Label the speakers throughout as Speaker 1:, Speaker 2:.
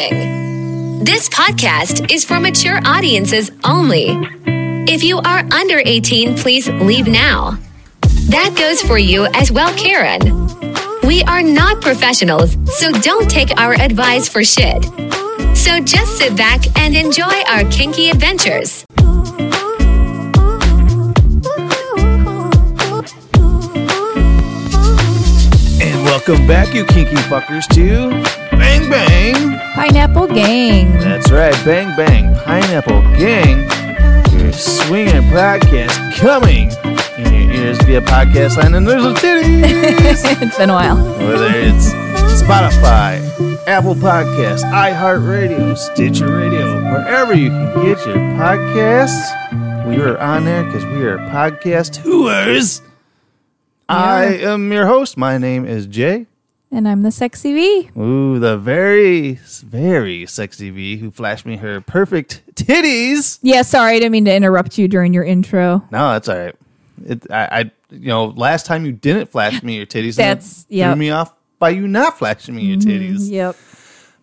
Speaker 1: Warning This podcast is for mature audiences only. If you are under 18, please leave now. That goes for you as well, Karen. We are not professionals, so don't take our advice for shit. So just sit back and enjoy our kinky adventures.
Speaker 2: And welcome back, you kinky fuckers, to Bang Bang.
Speaker 3: Pineapple Gang.
Speaker 2: That's right, Bang Bang Pineapple Gang. Your swinging podcast coming in your ears via podcast land and there's a titties.
Speaker 3: it's been a while.
Speaker 2: Whether it's Spotify, Apple Podcasts, iHeartRadio, Stitcher Radio, wherever you can get your podcasts, we are on there because we are podcast hooers. I am your host. My name is Jay.
Speaker 3: And I'm the sexy V.
Speaker 2: Ooh, the very, very sexy V who flashed me her perfect titties.
Speaker 3: Yeah, sorry, I didn't mean to interrupt you during your intro.
Speaker 2: No, that's all right. It, I, I, you know, last time you didn't flash me your titties. and it
Speaker 3: That's- yep. Mm-hmm,
Speaker 2: threw me off by you not flashing me your titties.
Speaker 3: Yep.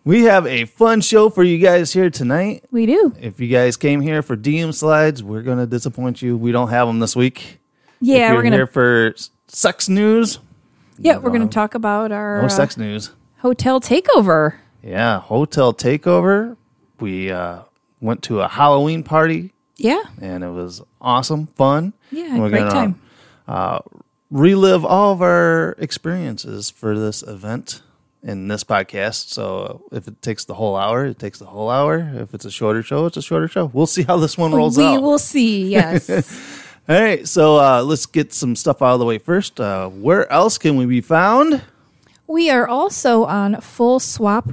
Speaker 2: We have a fun show for you guys here tonight.
Speaker 3: We do.
Speaker 2: If you guys came here for DM slides, we're gonna disappoint you. We don't have them this week. if
Speaker 3: Yeah,
Speaker 2: you're
Speaker 3: we're gonna
Speaker 2: here for s- sex news.
Speaker 3: Yeah, we're gonna talk about our
Speaker 2: No
Speaker 3: uh,
Speaker 2: sex news.
Speaker 3: hotel takeover.
Speaker 2: Yeah, hotel takeover. We uh, went to a Halloween party
Speaker 3: Yeah.
Speaker 2: and it was awesome, fun.
Speaker 3: Yeah,
Speaker 2: And we're
Speaker 3: great
Speaker 2: gonna uh,
Speaker 3: time.
Speaker 2: relive all of our experiences for this event in this podcast. So if it takes the whole hour, it takes the whole hour. If it's a shorter show, it's a shorter show. We'll see how this one rolls
Speaker 3: we
Speaker 2: out.
Speaker 3: will see, yes.
Speaker 2: all right, so uh, let's get some stuff out of the way first. Uh, where else can we be found?
Speaker 3: we are also on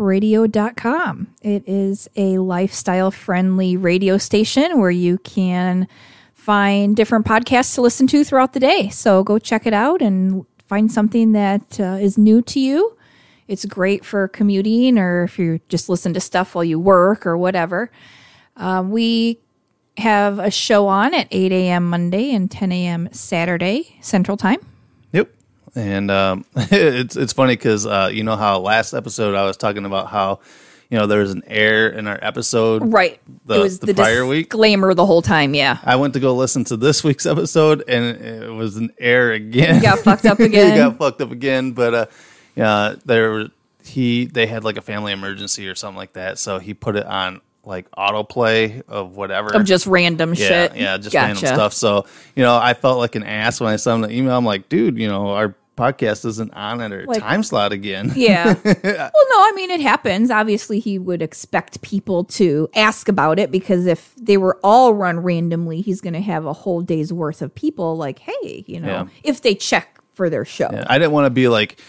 Speaker 3: fullswapradio.com. It is a lifestyle friendly radio station where you can find different podcasts to listen to throughout the day. So go check it out and find something that uh, is new to you. It's great for commuting or if you just listen to stuff while you work or whatever. Um, we have a show on at 8 a.m. Monday and 10 a.m. Saturday Central Time.
Speaker 2: Yep. And um, it's it's funny because uh, you know how last episode I was talking about how you know there was an error in our episode.
Speaker 3: Right.
Speaker 2: The- the prior week?
Speaker 3: disclaimer the whole time. Yeah.
Speaker 2: I went to go listen to this week's episode, and it was an error again.
Speaker 3: Got fucked up
Speaker 2: he
Speaker 3: again.
Speaker 2: got fucked up again. But uh, yeah, there were- he they had like a family emergency or something like that, so he put it on like autoplay of whatever
Speaker 3: Of just random
Speaker 2: yeah,
Speaker 3: shit.
Speaker 2: Yeah, just
Speaker 3: gotcha.
Speaker 2: random stuff. So you know, I felt like an ass when I saw him the email. I'm like, dude, you know, our podcast isn't on at our
Speaker 3: Like-
Speaker 2: time slot again.
Speaker 3: Yeah. well, no, I mean, it happens. Obviously, he would expect people to ask about it because if they were all run randomly, he's going to have a whole day's worth of people like, hey, you know,
Speaker 2: Yeah.
Speaker 3: if they check for their show.
Speaker 2: I didn't want to be like.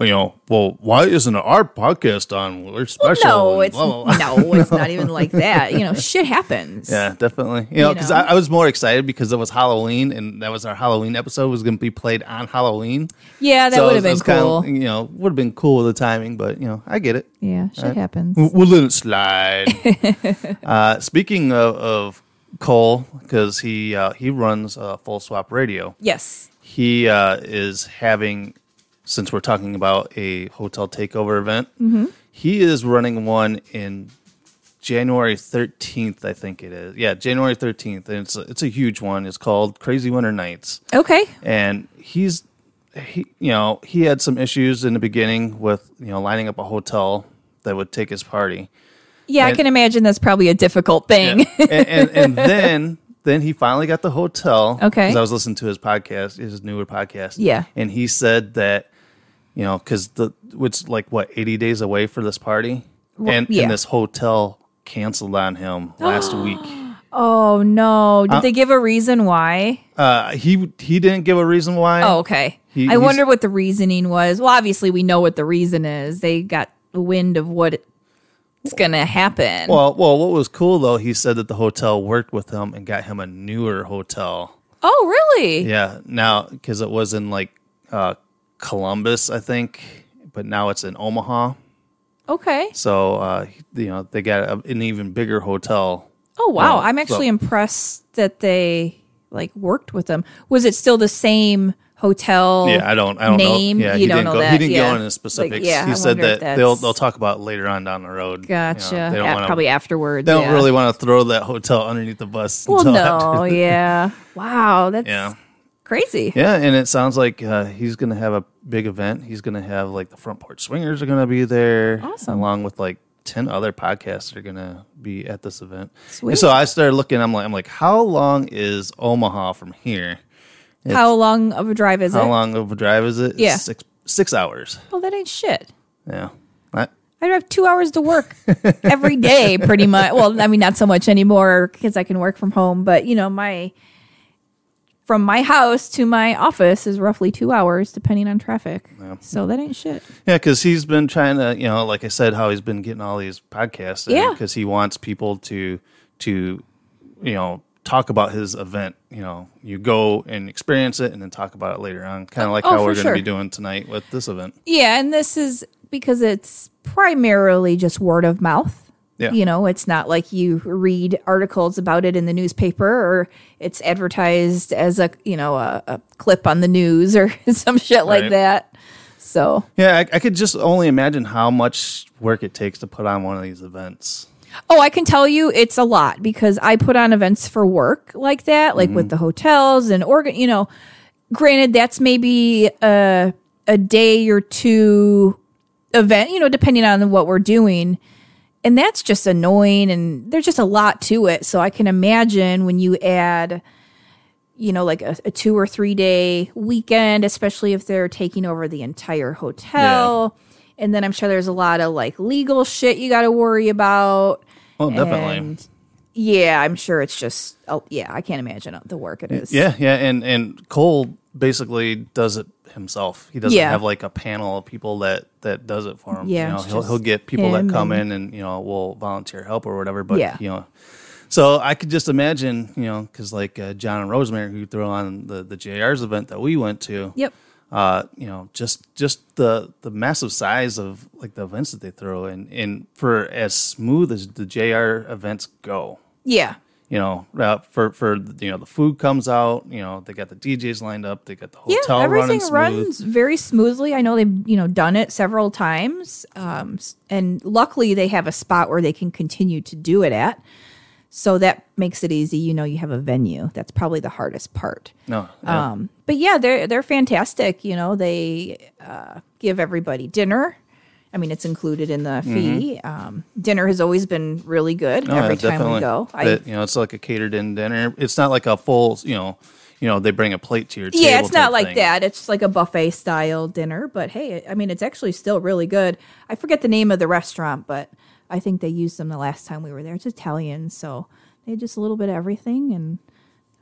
Speaker 2: You know, well, why isn't our podcast on? We're special.
Speaker 3: No,
Speaker 2: and
Speaker 3: it's
Speaker 2: blah, blah, blah.
Speaker 3: no, it's not even like that. You know, shit happens.
Speaker 2: Yeah, definitely. You know,
Speaker 3: You
Speaker 2: because
Speaker 3: know?
Speaker 2: I, I was more excited because it was Halloween, and that was our Halloween episode was going to be played on Halloween.
Speaker 3: Yeah, Oh, that
Speaker 2: So
Speaker 3: would
Speaker 2: it
Speaker 3: have been
Speaker 2: was kinda,
Speaker 3: cool.
Speaker 2: you know, would have been cool with the timing, but you know, I get it.
Speaker 3: yeah, shit happens.
Speaker 2: We'll, we'll let it slide. uh, speaking of, of Cole, because he uh, he runs uh, Full Swap Radio,
Speaker 3: Yes.
Speaker 2: he uh, is having. Since we're talking about a hotel takeover event, he is running one in January 13th, I think it is. Yeah, January 13th. And it's a, it's a huge one. It's called Crazy Winter Nights.
Speaker 3: Okay.
Speaker 2: And he's he you know, he had some issues in the beginning with, you know, lining up a hotel that would take his party.
Speaker 3: Yeah, I
Speaker 2: And-
Speaker 3: can imagine that's probably a difficult thing.
Speaker 2: and, and and then then he finally got the hotel.
Speaker 3: Okay.
Speaker 2: 'cause I was listening to his podcast, his newer podcast.
Speaker 3: Yeah.
Speaker 2: and he said that you know because the it's like what eighty days away for this party, and
Speaker 3: yeah.
Speaker 2: and this hotel canceled on him last week.
Speaker 3: Oh no! Did they give a reason why?
Speaker 2: Uh, he he didn't give a reason why.
Speaker 3: Oh, okay.
Speaker 2: He-
Speaker 3: I
Speaker 2: he's-
Speaker 3: wonder what the reasoning was. Well, obviously we know what the reason is. They got the wind of what it's going to happen.
Speaker 2: Well, well, what was cool though, he said that the hotel worked with him and got him a newer hotel.
Speaker 3: oh, really?
Speaker 2: Yeah, now because it was in like uh, Columbus, I think, but now it's in Omaha.
Speaker 3: Okay.
Speaker 2: So uh, you know they got a, an even bigger hotel.
Speaker 3: Oh, wow.
Speaker 2: Well,
Speaker 3: I'm actually
Speaker 2: so-
Speaker 3: impressed that they like worked with them. Was it still the same hotel.
Speaker 2: Yeah, I don't. I don't
Speaker 3: Oh, name.
Speaker 2: know. Yeah,
Speaker 3: you
Speaker 2: he
Speaker 3: don't
Speaker 2: didn't
Speaker 3: know
Speaker 2: go.
Speaker 3: that.
Speaker 2: He didn't
Speaker 3: yeah.
Speaker 2: go into specifics.
Speaker 3: Like, yeah,
Speaker 2: he
Speaker 3: I
Speaker 2: said
Speaker 3: wonder if
Speaker 2: that they'll
Speaker 3: that's-
Speaker 2: they'll talk about it later on down the road. You know,
Speaker 3: Gotcha.
Speaker 2: they don't
Speaker 3: Yeah,
Speaker 2: wanna-
Speaker 3: probably afterwards.
Speaker 2: They don't
Speaker 3: yeah.
Speaker 2: really want to throw that hotel underneath the bus.
Speaker 3: Well,
Speaker 2: until
Speaker 3: no.
Speaker 2: after-
Speaker 3: yeah. Wow. That's
Speaker 2: Yeah.
Speaker 3: crazy.
Speaker 2: Yeah, and it sounds like uh, he's going to have a big event. He's going to have like the front porch swingers are going to be there,
Speaker 3: Awesome.
Speaker 2: along with like ten other podcasts that are going to be at this event.
Speaker 3: Sweet.
Speaker 2: And so I started looking. I'm like, I'm like, how long is Omaha from here?
Speaker 3: How long of a drive is
Speaker 2: How
Speaker 3: it?
Speaker 2: long of a drive is it? It's
Speaker 3: Yeah.
Speaker 2: six six hours.
Speaker 3: Well, that ain't shit.
Speaker 2: Yeah, I,
Speaker 3: I drive two hours to work every day, pretty much. Well, I mean, not so much anymore because I can work from home. But you know, my from my house to my office is roughly two hours, depending on traffic. So that ain't shit.
Speaker 2: yeah, because he's been trying to, you know, like I said, how he's been getting all these podcasts.
Speaker 3: Yeah.
Speaker 2: because he wants people to to you know talk about his event. You know, you go and experience it, and then talk about it later on, kind of like
Speaker 3: oh,
Speaker 2: how
Speaker 3: for
Speaker 2: we're going to
Speaker 3: sure.
Speaker 2: be doing tonight with this event.
Speaker 3: Yeah, and this is because it's primarily just word of mouth.
Speaker 2: Yeah.
Speaker 3: You know, it's not like you read articles about it in the newspaper or it's advertised as a, you know, a, a clip on the news or some shit like
Speaker 2: Right.
Speaker 3: that. So,
Speaker 2: Yeah, I, I could just only imagine how much work it takes to put on one of these events.
Speaker 3: Oh, I can tell you it's a lot because I put on events for work like that, like with the hotels and organ, you know, granted that's maybe a a day or two event, you know, depending on what we're doing. And that's just annoying and there's just a lot to it. So I can imagine when you add you know, like a, a two or three day weekend, especially if they're taking over the entire hotel. And then I'm sure there's a lot of like legal shit you got to worry about.
Speaker 2: Well, Oh, definitely.
Speaker 3: And yeah, I'm sure it's just, oh, yeah, I can't imagine the work it is.
Speaker 2: Yeah, yeah, and and Cole basically does it himself. He doesn't
Speaker 3: Yeah.
Speaker 2: have like a panel of people that that does it for him.
Speaker 3: Yeah,
Speaker 2: you know,
Speaker 3: it's
Speaker 2: he'll
Speaker 3: just
Speaker 2: he'll get people that
Speaker 3: him
Speaker 2: come in and you know will volunteer help or whatever. But
Speaker 3: Yeah.
Speaker 2: you know, so I could just imagine you know because like uh, John and Rosemary who threw on the the JR's event that we went to.
Speaker 3: Yep.
Speaker 2: Uh, you know, just just the the massive size of like the events that they throw, and and for as smooth as the JR events go,
Speaker 3: Yeah.
Speaker 2: you know, uh, for for you know the food comes out. You know, they got the DJs lined up. They got the
Speaker 3: Yeah.
Speaker 2: hotel running
Speaker 3: everything
Speaker 2: smooth.
Speaker 3: runs very smoothly. I know they've, you know, done it several times. Um, s- and luckily they have a spot where they can continue to do it at. So that makes it easy. You know, you have a venue. That's probably the hardest part.
Speaker 2: No, yeah.
Speaker 3: Um, but yeah, they're they're fantastic. You know, they uh, give everybody dinner. I mean, it's included in the fee. Um, dinner has always been really good
Speaker 2: No, Mm-hmm. Oh, yeah,
Speaker 3: every time
Speaker 2: definitely.
Speaker 3: we go. I,
Speaker 2: But, you know, it's like a catered in dinner. It's not like a full. You know, you know they bring a plate to your table.
Speaker 3: yeah, it's
Speaker 2: type
Speaker 3: not like
Speaker 2: thing.
Speaker 3: that. It's like a buffet style dinner. But hey, I mean, it's actually still really good. I forget the name of the restaurant, but I think they used them the last time we were there. It's Italian, so they had just a little bit of everything, and um,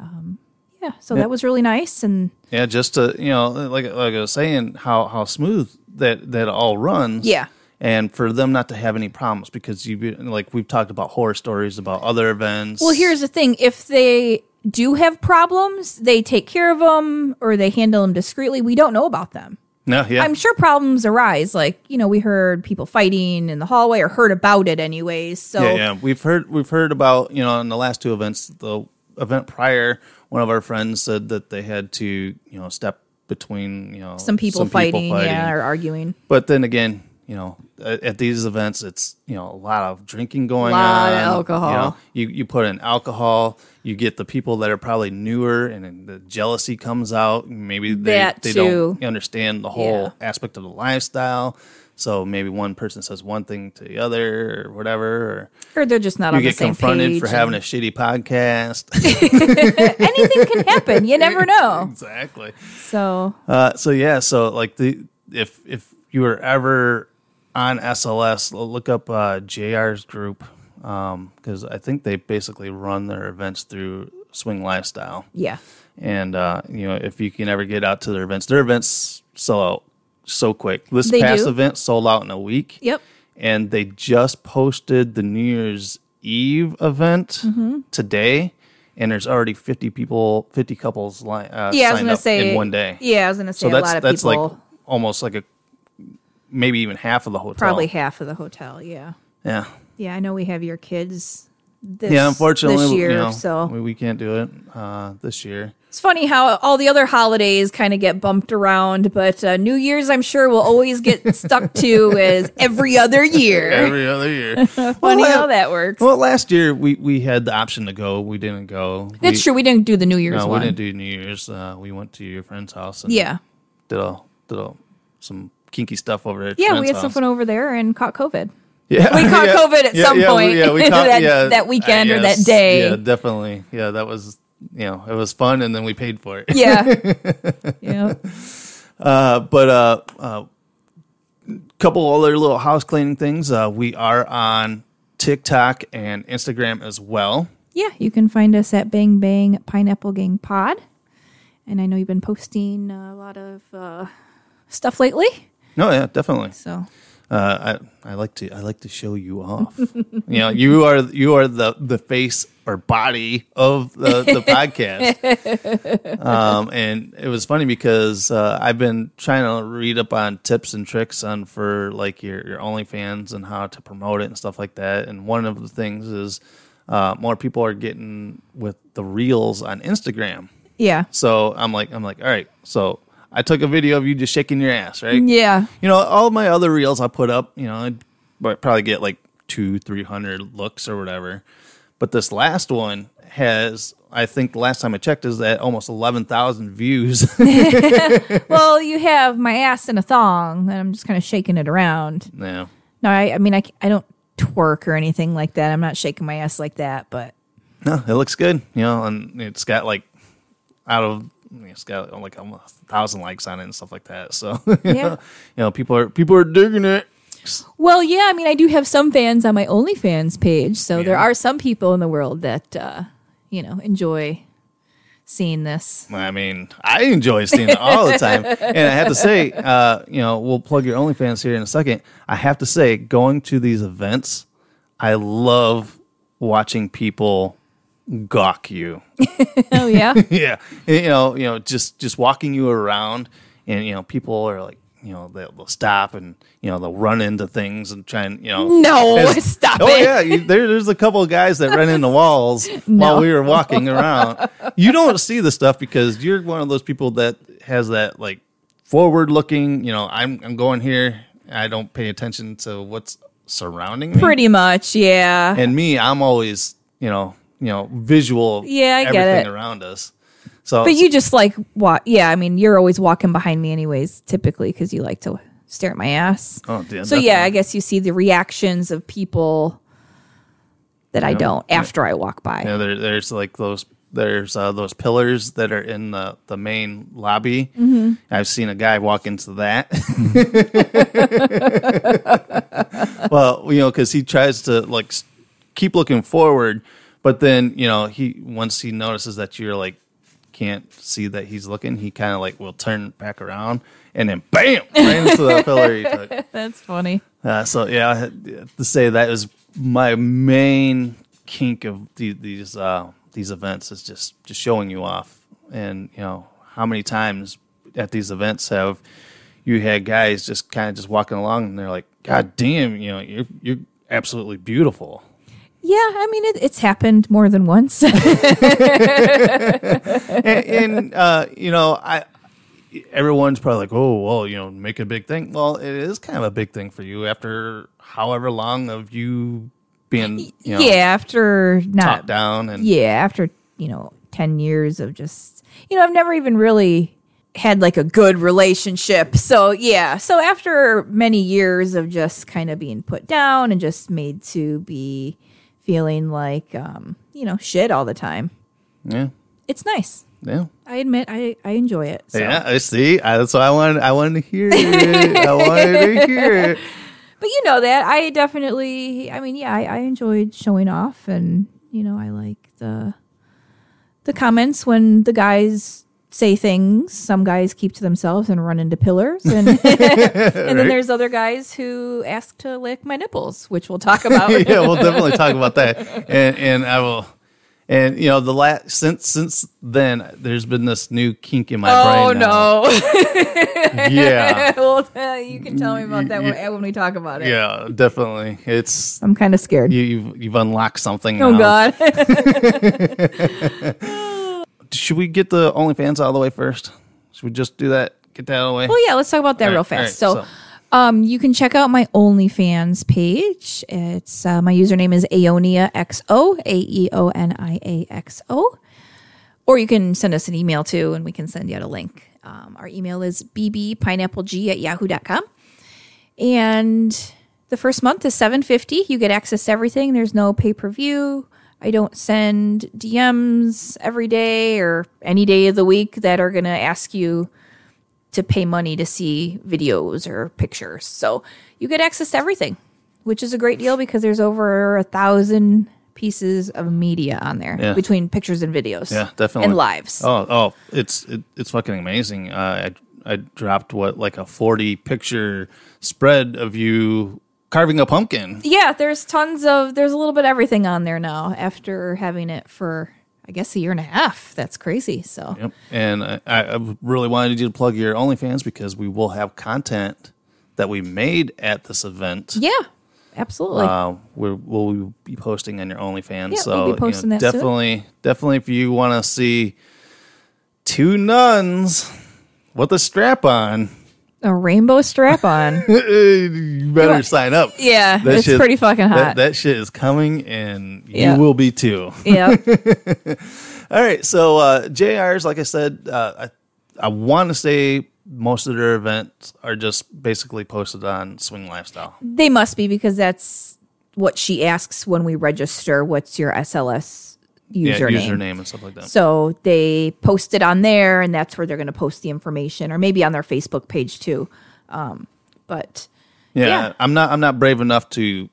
Speaker 3: yeah, so that was really nice. And
Speaker 2: Yeah, just to you know, like like I was saying, how how smooth that that all runs.
Speaker 3: Yeah.
Speaker 2: And for them not to have any problems because you be- like we've talked about horror stories about other events.
Speaker 3: Well, here's the thing: if they do have problems, they take care of them or they handle them discreetly. We don't know about them.
Speaker 2: no, yeah,
Speaker 3: I'm sure problems arise, like you know, we heard people fighting in the hallway or heard about it, anyways. So
Speaker 2: Yeah, yeah. We've heard we've heard about you know in the last two events, the event prior, one of our friends said that they had to you know step between you know
Speaker 3: some, people, fighting, yeah, or arguing.
Speaker 2: but then again, you know, at, at these events, it's you know a lot of drinking going
Speaker 3: Lot
Speaker 2: on,
Speaker 3: of
Speaker 2: You, know,
Speaker 3: alcohol.
Speaker 2: you you put in alcohol, you get the people that are probably newer, and then the jealousy comes out. Maybe they
Speaker 3: That
Speaker 2: they
Speaker 3: too.
Speaker 2: don't understand the whole aspect of the lifestyle. So maybe one person says one thing to the other, or whatever, or
Speaker 3: Or they're just not
Speaker 2: you
Speaker 3: on the
Speaker 2: get
Speaker 3: same
Speaker 2: confronted
Speaker 3: page.
Speaker 2: for having a shitty podcast.
Speaker 3: Anything can happen. You never know.
Speaker 2: exactly.
Speaker 3: So
Speaker 2: Uh, so yeah, so like the if if you were ever on SLS, l- look up uh, JR's group because I think they basically run their events through Swing Lifestyle,
Speaker 3: yeah,
Speaker 2: and uh, you know if you can ever get out to their events, their events sell out so quick. This
Speaker 3: They
Speaker 2: past
Speaker 3: do.
Speaker 2: event sold out in a week.
Speaker 3: Yep.
Speaker 2: and they just posted the New Year's Eve event
Speaker 3: Mm-hmm.
Speaker 2: today. And there's already 50 people, 50 couples li- uh,
Speaker 3: yeah. I
Speaker 2: signed
Speaker 3: was gonna
Speaker 2: up
Speaker 3: say
Speaker 2: in one day
Speaker 3: Yeah, I was gonna say
Speaker 2: so
Speaker 3: a
Speaker 2: that's
Speaker 3: lot of
Speaker 2: that's
Speaker 3: people.
Speaker 2: like almost like a maybe even half of the hotel.
Speaker 3: probably half of the hotel. Yeah,
Speaker 2: Yeah.
Speaker 3: yeah. I know we have your kids. This,
Speaker 2: yeah. Unfortunately,
Speaker 3: this
Speaker 2: we-
Speaker 3: year,
Speaker 2: you know,
Speaker 3: so
Speaker 2: we, we can't do it uh, this year.
Speaker 3: It's funny how all the other holidays kind of get bumped around, but uh, New Year's, I'm sure, will always get stuck to as every other year.
Speaker 2: Every other year.
Speaker 3: funny
Speaker 2: Well,
Speaker 3: how that works.
Speaker 2: Well, last year we, we had the option to go. We didn't go.
Speaker 3: That's
Speaker 2: we,
Speaker 3: true. We didn't do the New Year's
Speaker 2: No, we
Speaker 3: one.
Speaker 2: didn't do New Year's. Uh, we went to your friend's house. And
Speaker 3: yeah.
Speaker 2: Did all did all some kinky stuff over there.
Speaker 3: Yeah, we had some fun over there and caught COVID.
Speaker 2: Yeah,
Speaker 3: We caught COVID at some
Speaker 2: we-
Speaker 3: point that- that weekend or that day.
Speaker 2: Yeah, definitely. Yeah, that was you know it was fun, and then we paid for it.
Speaker 3: Yeah. yeah.
Speaker 2: Uh, but uh, uh, couple other little house cleaning things. Uh, we are on TikTok and Instagram as well.
Speaker 3: Yeah. You can find us at Bang Bang Pineapple Gang Pod. And I know you've been posting uh, a lot of uh, stuff lately.
Speaker 2: No, yeah, definitely.
Speaker 3: So
Speaker 2: Uh, I I like to I like to show you off. you know, you are you are the the face or body of the, the podcast. Um, and it was funny because uh, I've been trying to read up on tips and tricks on for like your your OnlyFans and how to promote it and stuff like that. And one of the things is uh, more people are getting with the reels on Instagram.
Speaker 3: yeah.
Speaker 2: So I'm like I'm like all right. So I took a video of you just shaking your ass, right?
Speaker 3: Yeah.
Speaker 2: you know, all my other reels I put up, you know, I'd but probably get like two, three hundred looks or whatever. But this last one has, I think, the last time I checked, is at almost eleven thousand views.
Speaker 3: Well, you have my ass in a thong, and I'm just kind of shaking it around.
Speaker 2: no,
Speaker 3: No, I, I mean, I, c- I don't twerk or anything like that. I'm not shaking my ass like that, but
Speaker 2: no, it looks good, you know, and it's got like out of it's got like almost a thousand likes on it and stuff like that. So you
Speaker 3: Yeah.
Speaker 2: know, you know, people are people are digging it.
Speaker 3: Well, yeah, I mean, I do have some fans on my OnlyFans page, so there are some people in the world that uh, you know enjoy seeing this.
Speaker 2: I mean, I enjoy seeing it all the time. And I have to say, uh, you know, we'll plug your OnlyFans here in a second. I have to say, going to these events, I love watching people gawk you.
Speaker 3: Oh yeah,
Speaker 2: yeah, you know, you know, just just walking you around, and you know, people are like, you know, they'll, they'll stop and you know they'll run into things and try and you know,
Speaker 3: No,
Speaker 2: It's-
Speaker 3: stop
Speaker 2: oh,
Speaker 3: it.
Speaker 2: yeah, you, there, there's a couple of guys that ran into walls while we were walking around. You don't see the stuff because you're one of those people that has that like forward looking. You know, I'm I'm going here. I don't pay attention to what's surrounding me.
Speaker 3: pretty much, yeah.
Speaker 2: And me, I'm always you know you know visual. of
Speaker 3: Yeah, I get
Speaker 2: everything
Speaker 3: it.
Speaker 2: around us. So,
Speaker 3: but you just like walk. Yeah, I mean, you're always walking behind me, anyways, typically because you like to stare at my ass.
Speaker 2: Oh, yeah,
Speaker 3: so yeah,
Speaker 2: definitely.
Speaker 3: I guess you see the reactions of people that I don't after I walk by.
Speaker 2: You know, there, there's like those there's uh, those pillars that are in the, the main lobby. I've seen a guy walk into that. well, you know, because he tries to like s- keep looking forward, but then you know he once he notices that you're like can't see that he's looking, he kind of like will turn back around and then bam right into the pillar he took.
Speaker 3: That's funny.
Speaker 2: Uh, so yeah, I had to say that is my main kink of the, these uh, these events is just just showing you off, and you know how many times at these events have you had guys just kind of just walking along and they're like, God damn, you know you're you're absolutely beautiful.
Speaker 3: Yeah, I mean, it, it's happened more than once.
Speaker 2: and, and uh, you know, I everyone's probably like, oh, well, you know, make a big thing. Well, it is kind of a big thing for you after however long of you being, you know,
Speaker 3: yeah, after
Speaker 2: top
Speaker 3: not
Speaker 2: down and
Speaker 3: yeah after you know 10 years of just you know i've never even really had like a good relationship so yeah so after many years of just kind of being put down and just made to be feeling like um you know shit all the time
Speaker 2: yeah,
Speaker 3: it's nice
Speaker 2: yeah.
Speaker 3: i admit i i enjoy it so.
Speaker 2: Yeah, I see. I, that's why I wanted. I wanted to hear it. I wanted to hear it.
Speaker 3: but you know that i definitely i mean yeah I, I enjoyed showing off and you know i like the the comments when the guys say things some guys keep to themselves and run into pillars and, and then there's other guys who ask to lick my nipples which we'll talk about
Speaker 2: yeah, we'll definitely talk about that. And and I will. And you know, the last since since then, there's been this new kink in my
Speaker 3: oh
Speaker 2: brain. now.
Speaker 3: no
Speaker 2: Yeah,
Speaker 3: well, uh, you can tell me about that when, when we talk about it
Speaker 2: yeah, definitely. It's
Speaker 3: i'm kind of scared
Speaker 2: you, you've you've unlocked something.
Speaker 3: oh
Speaker 2: now.
Speaker 3: god
Speaker 2: Did should we get the OnlyFans out of the way first? Should we just do that? Get that out of the way.
Speaker 3: Well, yeah, let's talk about that
Speaker 2: All right,
Speaker 3: real
Speaker 2: all right,
Speaker 3: fast. so, um, you can check out my OnlyFans page. It's uh, my username is Aonia XO, A E O N I A X O. Or you can send us an email too, and we can send you out a link. Um, our email is bbpineappleg at yahoo.com. And the first month is 750 You get access to everything. There's no pay per view. I don't send DMs every day or any day of the week that are going to ask you to pay money to see videos or pictures. So you get access to everything, which is a great deal because there's over a thousand pieces of media on there
Speaker 2: Yeah.
Speaker 3: between pictures and videos.
Speaker 2: Yeah, definitely.
Speaker 3: And lives.
Speaker 2: Oh, oh, it's it, it's fucking amazing. Uh, I I dropped what like a forty picture spread of you carving a pumpkin.
Speaker 3: Yeah, there's tons of there's a little bit of everything on there now after having it for I guess a year and a half. That's crazy. So
Speaker 2: Yep. And I, I really wanted you to plug your OnlyFans because we will have content that we made at this event.
Speaker 3: yeah, absolutely.
Speaker 2: Uh, we're, we'll be posting on your OnlyFans.
Speaker 3: Yeah,
Speaker 2: so
Speaker 3: we'll be posting that soon.
Speaker 2: definitely, definitely, if you want to see two nuns with a strap on,
Speaker 3: a rainbow strap on.
Speaker 2: you better sign up.
Speaker 3: yeah,
Speaker 2: That
Speaker 3: it's
Speaker 2: shit-
Speaker 3: pretty fucking
Speaker 2: that-
Speaker 3: hot.
Speaker 2: That, shit is coming, and you
Speaker 3: Yeah.
Speaker 2: will be too.
Speaker 3: yeah.
Speaker 2: All right, so uh, JRs, like I said, uh, I I want to say most of their events are just basically posted on Swing Lifestyle.
Speaker 3: They must be because that's what she asks when we register. What's your SLS
Speaker 2: Yeah,
Speaker 3: username?
Speaker 2: username and stuff like that.
Speaker 3: So they post it on there, and that's where they're going to post the information, or maybe on their Facebook page too. Um, but
Speaker 2: yeah,
Speaker 3: yeah.
Speaker 2: I'm not I'm not brave enough to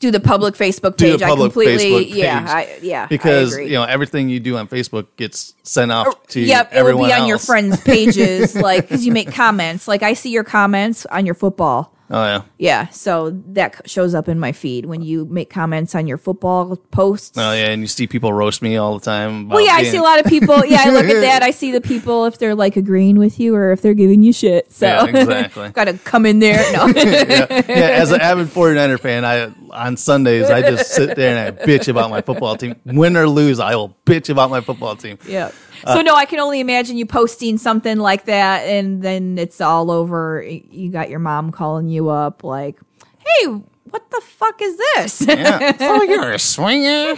Speaker 3: do the public Facebook
Speaker 2: do
Speaker 3: page.
Speaker 2: the public
Speaker 3: I completely,
Speaker 2: Facebook page.
Speaker 3: yeah, I, yeah, I
Speaker 2: because
Speaker 3: agree. Er,
Speaker 2: you know everything you do on Facebook gets sent off to
Speaker 3: yep, it would
Speaker 2: everyone
Speaker 3: be on your
Speaker 2: else.
Speaker 3: friends' pages, like because you make comments. Like I see your comments on your football.
Speaker 2: Oh yeah,
Speaker 3: Yeah, so that c- shows up in my feed when you make comments on your football posts.
Speaker 2: oh yeah, and you see people roast me all the time.
Speaker 3: Well, yeah, I see a lot of people. Yeah, I look at that. I see the people if they're like agreeing with you or if they're giving you shit. So
Speaker 2: Yeah, exactly.
Speaker 3: got to come in there. No,
Speaker 2: yeah, as an avid 49er fan, I on Sundays I just sit there and I bitch about my football team. Win or lose, I will bitch about my football team.
Speaker 3: yeah.
Speaker 2: Uh,
Speaker 3: So no, I can only imagine you posting something like that, and then it's all over. You got your mom calling you up, like, "Hey, what the fuck is this?"
Speaker 2: Yeah. oh, you're a swinger.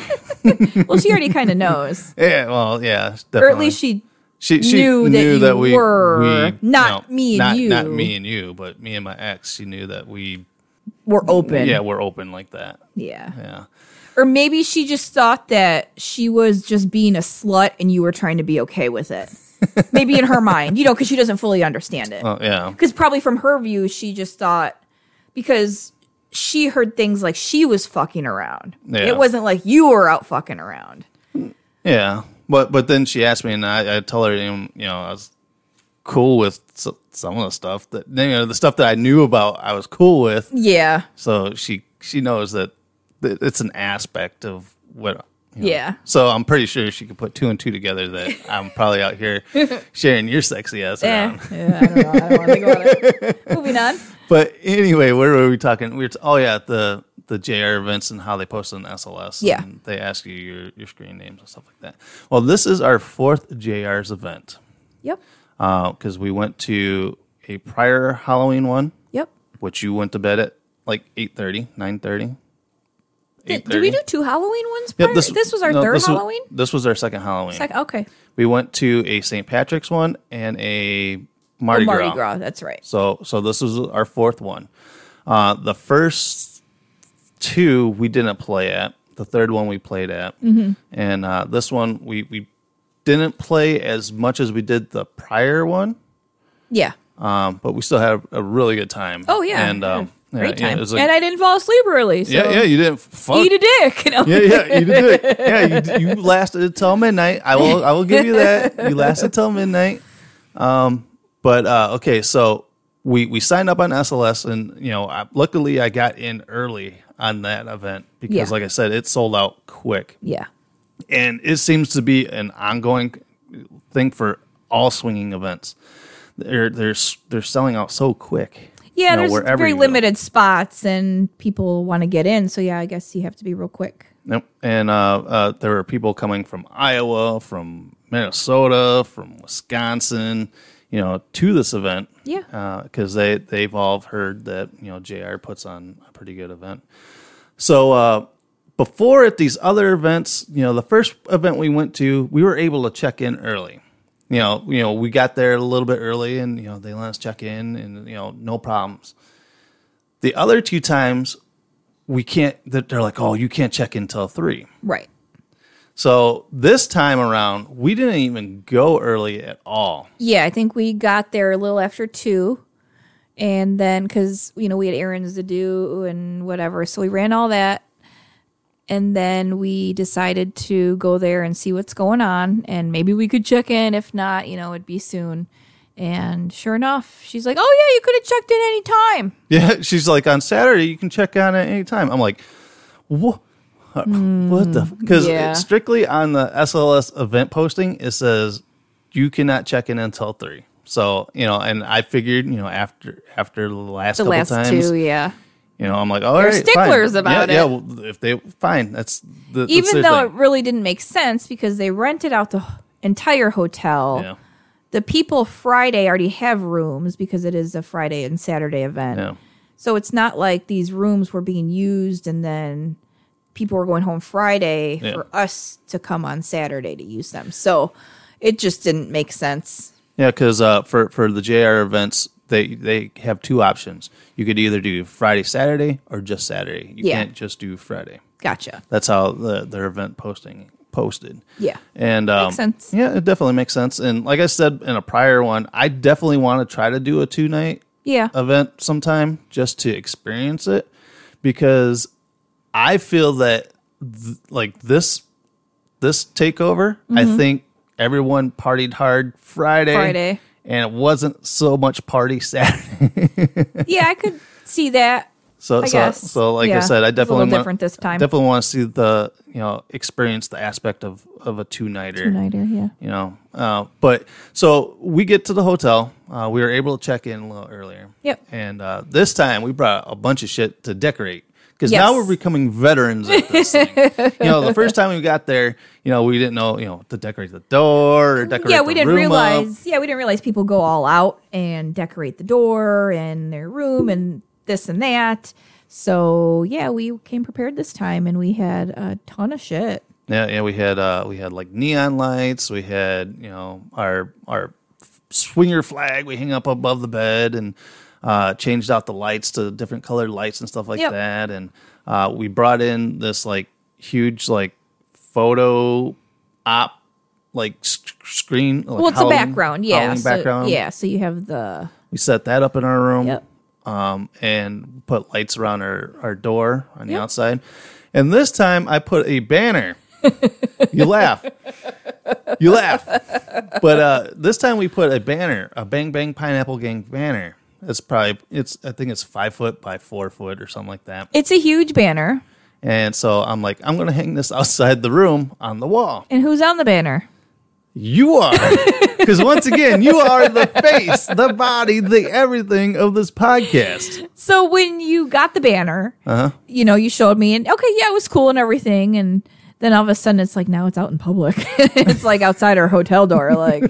Speaker 3: well, she already kind of knows,
Speaker 2: Yeah, well, yeah, definitely.
Speaker 3: or at least she.
Speaker 2: she,
Speaker 3: knew that you were- not me and
Speaker 2: not,
Speaker 3: you.
Speaker 2: not me and you, but me and my ex. She knew that we,
Speaker 3: Were open.
Speaker 2: yeah, we're open like that.
Speaker 3: Yeah.
Speaker 2: Yeah,
Speaker 3: Or maybe she just thought that she was just being a slut and you were trying to be okay with it. maybe in her mind, you know, because she doesn't fully understand it.
Speaker 2: oh yeah,
Speaker 3: Because probably from her view, she just thought, because she heard things like she was fucking around.
Speaker 2: Yeah.
Speaker 3: It wasn't like you were out fucking around.
Speaker 2: yeah. But but then she asked me, and I, I tell her, you know, I was cool with so- some of the stuff that you know the stuff that I knew about. I was cool with.
Speaker 3: Yeah.
Speaker 2: So she she knows that th- it's an aspect of what. you know.
Speaker 3: Yeah.
Speaker 2: So I'm pretty sure she could put two and two together that I'm probably out here sharing your sexy ass
Speaker 3: Eh,
Speaker 2: around.
Speaker 3: yeah, I don't know. I don't want to think about it. Moving on.
Speaker 2: But anyway, where were we talking? We were t- oh yeah the the JR events and how they post on SLS.
Speaker 3: Yeah.
Speaker 2: And they ask you your your screen names and stuff like that. Well, this is our fourth JR's event
Speaker 3: Yep.
Speaker 2: because we went to a prior Halloween one,
Speaker 3: Yep.
Speaker 2: which you went to bed at like 8.30, 9.30.
Speaker 3: Did, did we do two Halloween ones? Prior?
Speaker 2: Yep,
Speaker 3: this, was our
Speaker 2: no,
Speaker 3: third
Speaker 2: this
Speaker 3: Halloween?
Speaker 2: this was our second Halloween.
Speaker 3: Sec- okay. Oh,
Speaker 2: We went to a St. Patrick's one and a Mardi,
Speaker 3: Oh, Mardi
Speaker 2: Gras.
Speaker 3: Gras. That's right.
Speaker 2: So so this was our fourth one. Uh, the first two we didn't play at. The third one we played at,
Speaker 3: Mm-hmm.
Speaker 2: and uh, this one we we didn't play as much as we did the prior one.
Speaker 3: Yeah.
Speaker 2: Um, but we still had a really good time.
Speaker 3: Oh yeah,
Speaker 2: and
Speaker 3: I
Speaker 2: um,
Speaker 3: had a great
Speaker 2: yeah, yeah,
Speaker 3: time.
Speaker 2: it was like-
Speaker 3: and I didn't fall asleep early. So
Speaker 2: yeah, yeah, you didn't fuck
Speaker 3: eat a dick. You know?
Speaker 2: yeah, yeah, you did. it. Yeah, you, you lasted until midnight. I will, I will give you that. You lasted till midnight. Um, but uh, okay, so we we signed up on SLS, and you know, I, luckily I got in early on that event because,
Speaker 3: Yeah.
Speaker 2: like I said, it sold out quick,
Speaker 3: Yeah.
Speaker 2: and it seems to be an ongoing thing for all swinging events. They're they're s- they're selling out so quick.
Speaker 3: Yeah,
Speaker 2: you know,
Speaker 3: there's
Speaker 2: wherever
Speaker 3: very
Speaker 2: you go.
Speaker 3: limited spots and people want to get in. So yeah, I guess you have to be real quick.
Speaker 2: Yep. And uh, uh, there were people coming from Iowa, from Minnesota, from Wisconsin, you know, to this event.
Speaker 3: Yeah.
Speaker 2: Because they, they've all heard that, you know, JR puts on a pretty good event. So uh, before at these other events, you know, the first event we went to, we were able to check in early. You know, you know, we got there a little bit early, and you know, they let us check in, and you know, no problems. The other two times, we can't. that They're like, oh, you can't check in till three.
Speaker 3: Right.
Speaker 2: So this time around, we didn't even go early at all.
Speaker 3: Yeah, I think we got there a little after two. And then, because, you know, we had errands to do and whatever. So we ran all that. And then we decided to go there and see what's going on. And maybe we could check in. If not, you know, it'd be soon. And sure enough, she's like, oh, yeah, you could have checked in any time.
Speaker 2: Yeah, she's like, on Saturday you can check on at any time. I'm like, what? what the? Because
Speaker 3: Hmm. yeah.
Speaker 2: strictly on the SLS event posting, it says you cannot check in until three. So you know, and I figured, you know, after after the last
Speaker 3: The
Speaker 2: couple
Speaker 3: last
Speaker 2: times,
Speaker 3: two, yeah.
Speaker 2: you know, I'm like, all right, fine.
Speaker 3: sticklers about
Speaker 2: yeah, Yeah,
Speaker 3: it.
Speaker 2: well, if they fine, that's the that's
Speaker 3: Even
Speaker 2: their
Speaker 3: though
Speaker 2: thing.
Speaker 3: it really didn't make sense because they rented out the h- entire hotel.
Speaker 2: yeah,
Speaker 3: the people Friday already have rooms because it is a Friday and Saturday event.
Speaker 2: yeah,
Speaker 3: So it's not like these rooms were being used and then people were going home Friday
Speaker 2: Yeah.
Speaker 3: for us to come on Saturday to use them. So it just didn't make sense.
Speaker 2: yeah, because uh, for for the JR events. They, they have two options. You could either do Friday, Saturday, or just Saturday. You
Speaker 3: Yeah.
Speaker 2: can't just do Friday.
Speaker 3: Gotcha.
Speaker 2: That's how the, their event posting posted.
Speaker 3: Yeah.
Speaker 2: And um,
Speaker 3: Makes sense.
Speaker 2: Yeah, it definitely makes sense. And like I said in a prior one, I definitely want to try to do a two night
Speaker 3: Yeah.
Speaker 2: event sometime just to experience it because I feel that th- like this this takeover, I
Speaker 3: Mm-hmm.
Speaker 2: think everyone partied hard Friday.
Speaker 3: Friday.
Speaker 2: And it wasn't so much party Saturday.
Speaker 3: yeah, I could see that.
Speaker 2: So,
Speaker 3: I
Speaker 2: so,
Speaker 3: guess.
Speaker 2: so, like I
Speaker 3: Yeah.
Speaker 2: said, I
Speaker 3: It's a little
Speaker 2: definitely want,
Speaker 3: different this time.
Speaker 2: Definitely want to see the you know experience the aspect of of a two nighter.
Speaker 3: yeah.
Speaker 2: You know, uh, but so we get to the hotel. Uh, we were able to check in a little earlier.
Speaker 3: Yep.
Speaker 2: And uh, this time we brought a bunch of shit to decorate because
Speaker 3: Yes.
Speaker 2: now we're becoming veterans at this thing. you know, the first time we got there, you know, we didn't know you know to decorate the door or decorate.
Speaker 3: Yeah, we
Speaker 2: the
Speaker 3: didn't
Speaker 2: room up.
Speaker 3: realize. Yeah, we didn't realize people go all out and decorate the door and their room and this and that. So yeah, we came prepared this time and we had a ton of shit.
Speaker 2: Yeah, yeah, we had uh, we had like neon lights. We had you know our our swinger flag we hung up above the bed and uh, changed out the lights to different colored lights and stuff like
Speaker 3: Yep.
Speaker 2: that. And uh, we brought in this like huge like photo op like sc- screen. Like
Speaker 3: Well, it's
Speaker 2: Halloween-
Speaker 3: a background, yeah.
Speaker 2: Halloween
Speaker 3: So,
Speaker 2: background.
Speaker 3: yeah, so you have the
Speaker 2: we set that up in our room
Speaker 3: Yep.
Speaker 2: um, and put lights around our, our door on the
Speaker 3: Yep.
Speaker 2: outside. And this time I put a banner. you laugh. You laugh. But uh, this time we put a banner, a Bang Bang Pineapple Gang banner. It's probably it's I think it's five foot by four foot or something like that.
Speaker 3: it's a huge banner.
Speaker 2: And so I'm like, I'm gonna hang this outside the room on the wall.
Speaker 3: And who's on the banner?
Speaker 2: You are. Because once again, you are the face, the body, the everything of this podcast.
Speaker 3: So when you got the banner,
Speaker 2: Uh-huh.
Speaker 3: you know, you showed me and okay, yeah, it was cool and everything and then all of a sudden it's like now it's out in public. it's like outside our hotel door like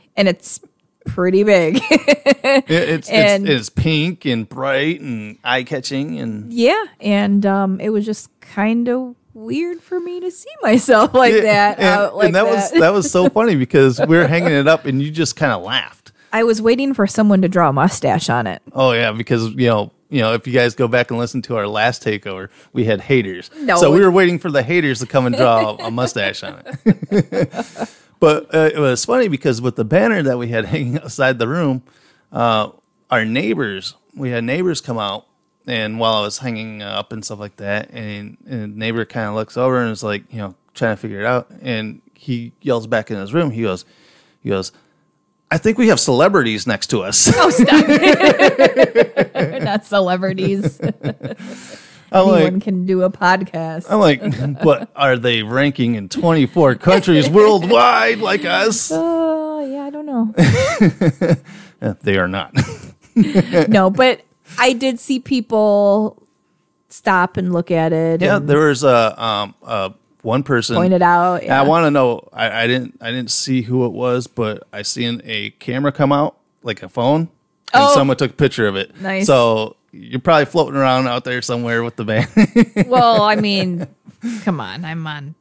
Speaker 3: and it's pretty big.
Speaker 2: It- it's,
Speaker 3: And-
Speaker 2: it's it's pink and bright and eye catching and
Speaker 3: Yeah, and um, it was just kind of weird for me to see myself like that.
Speaker 2: and,
Speaker 3: out like
Speaker 2: and that, was that was so funny because we were hanging it up and you just kind of laughed.
Speaker 3: I was waiting for someone to draw a mustache on it.
Speaker 2: Oh yeah, because you know you know if you guys go back and listen to our last takeover, we had haters.
Speaker 3: No.
Speaker 2: so we were waiting for the haters to come and draw a mustache on it. but uh, it was funny because with the banner that we had hanging outside the room, uh, our neighbors we had neighbors come out. And while I was hanging up and stuff like that, and, and a neighbor kind of looks over and is like, you know, trying to figure it out. And he yells back in his room. He goes, he goes, I think we have celebrities next to us.
Speaker 3: Oh, stop! Not celebrities.
Speaker 2: I'm like,
Speaker 3: Anyone can do a podcast.
Speaker 2: I'm like, but are they ranking in 24 countries worldwide like us?
Speaker 3: Oh, yeah, I don't know.
Speaker 2: Eh, They are not.
Speaker 3: no, but I did see people stop and look at it.
Speaker 2: yeah,
Speaker 3: and-
Speaker 2: there was a um a one person
Speaker 3: pointed out.
Speaker 2: And I
Speaker 3: yeah.
Speaker 2: want to know. I, I didn't. I didn't see who it was, but I seen a camera come out, like a phone, and
Speaker 3: Oh.
Speaker 2: someone took a picture of it.
Speaker 3: Nice.
Speaker 2: So you're probably floating around out there somewhere with the van.
Speaker 3: well, I mean, come on, I'm on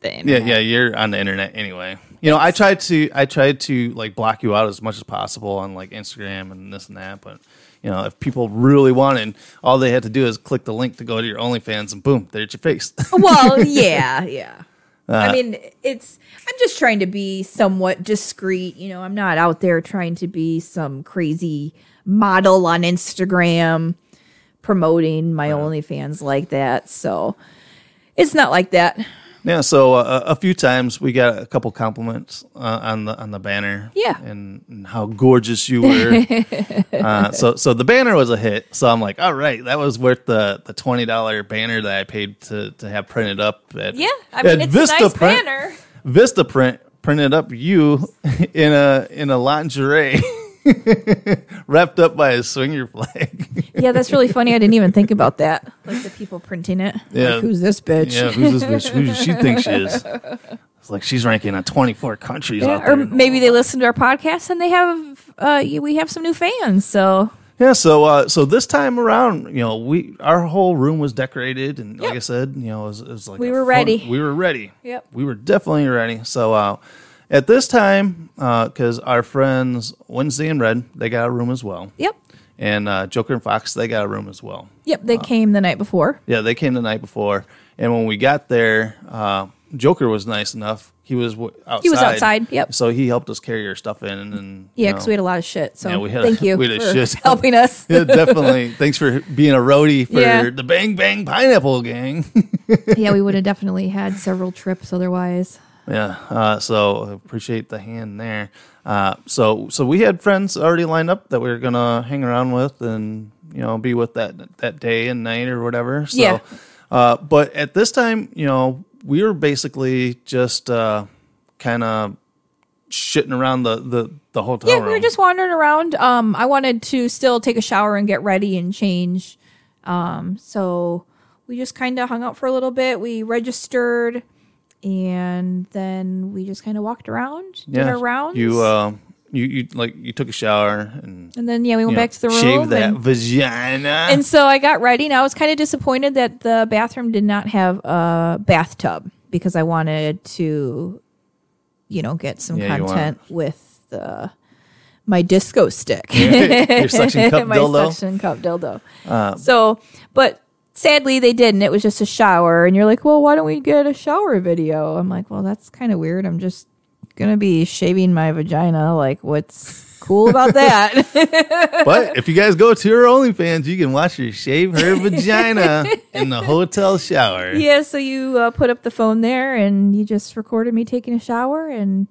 Speaker 3: the
Speaker 2: yeah,
Speaker 3: internet.
Speaker 2: yeah. You're on the internet anyway. You know, I tried to. I tried to like block you out as much as possible on like Instagram and this and that, but. You know, if people really wanted, all they had to do is click the link to go to your OnlyFans, and boom, there's your face.
Speaker 3: Well, yeah, yeah.
Speaker 2: Uh,
Speaker 3: I mean, it's. I'm just trying to be somewhat discreet. You know, I'm not out there trying to be some crazy model on Instagram promoting my OnlyFans like that. So it's not like that.
Speaker 2: Yeah, so uh, a few times we got a couple compliments uh, on the on the banner.
Speaker 3: Yeah.
Speaker 2: and, and how gorgeous you were. uh, so so the banner was a hit. So I'm like, all right, that was worth the the twenty dollar banner that I paid to to have printed up. At,
Speaker 3: Yeah, I mean,
Speaker 2: at
Speaker 3: it's a nice
Speaker 2: Vistaprint-
Speaker 3: banner.
Speaker 2: Vistaprint printed up you in a in a lingerie. Wrapped up by a swinger flag.
Speaker 3: Yeah, that's really funny. I didn't even think about that. Like the people printing it.
Speaker 2: Yeah.
Speaker 3: Like, who's this bitch?
Speaker 2: yeah, who's this bitch? Who does she think she is? It's like she's ranking on 24 countries out there.
Speaker 3: or maybe they listen to our podcast and they have uh y- we have some new fans so
Speaker 2: Yeah, so uh, so this time around, you know, we our whole room was decorated, and like I said, you know, it was, it was like
Speaker 3: We
Speaker 2: a
Speaker 3: were
Speaker 2: fun-
Speaker 3: ready.
Speaker 2: We were ready.
Speaker 3: Yep.
Speaker 2: we were definitely ready. So uh, at this time, because our friends Wednesday and Red, they got a room as well.
Speaker 3: yep
Speaker 2: And uh, Joker and Fox, they got a room as well.
Speaker 3: yep they came the night before
Speaker 2: Yeah, they came the night before, and when we got there, uh, Joker was nice enough. He was w- outside.
Speaker 3: He was outside, yep.
Speaker 2: So he helped us carry our stuff in, and
Speaker 3: yeah
Speaker 2: you
Speaker 3: because
Speaker 2: know.
Speaker 3: we had a lot of shit so
Speaker 2: Yeah, we had a-
Speaker 3: thank you
Speaker 2: we had a
Speaker 3: for
Speaker 2: shit.
Speaker 3: helping us
Speaker 2: yeah, definitely. Thanks for being a roadie for
Speaker 3: Yeah.
Speaker 2: the Bang Bang Pineapple Gang.
Speaker 3: yeah we would have definitely had several trips otherwise
Speaker 2: yeah. Uh, so appreciate the hand there. Uh, so so we had friends already lined up that we were gonna hang around with and you know be with that that day and night or whatever. So,
Speaker 3: Yeah.
Speaker 2: Uh, but at this time, you know, we were basically just uh, kind of shitting around the the the hotel
Speaker 3: yeah
Speaker 2: room.
Speaker 3: we were just wandering around um i wanted to still take a shower and get ready and change um so we just kind of hung out for a little bit we registered and then we just kind of walked around did our rounds
Speaker 2: You uh, you you like you took a shower and
Speaker 3: and then yeah we went
Speaker 2: you know,
Speaker 3: back to the room
Speaker 2: Shave that
Speaker 3: and-
Speaker 2: vagina.
Speaker 3: and so I got ready, and I was kind of disappointed that the bathroom did not have a bathtub because I wanted to, you know, get some
Speaker 2: Yeah, you want-
Speaker 3: content with the my disco stick,
Speaker 2: Your suction cup
Speaker 3: my
Speaker 2: dildo. Uh.
Speaker 3: suction cup dildo. so, but sadly they didn't. It was just a shower, and you're like, well, why don't we get a shower video? I'm like, well, that's kind of weird. I'm just gonna be shaving my vagina. Like, what's cool about that?
Speaker 2: but if you guys go to her OnlyFans, you can watch her shave her vagina in the hotel shower.
Speaker 3: yeah so you uh, put up the phone there and you just recorded me taking a shower and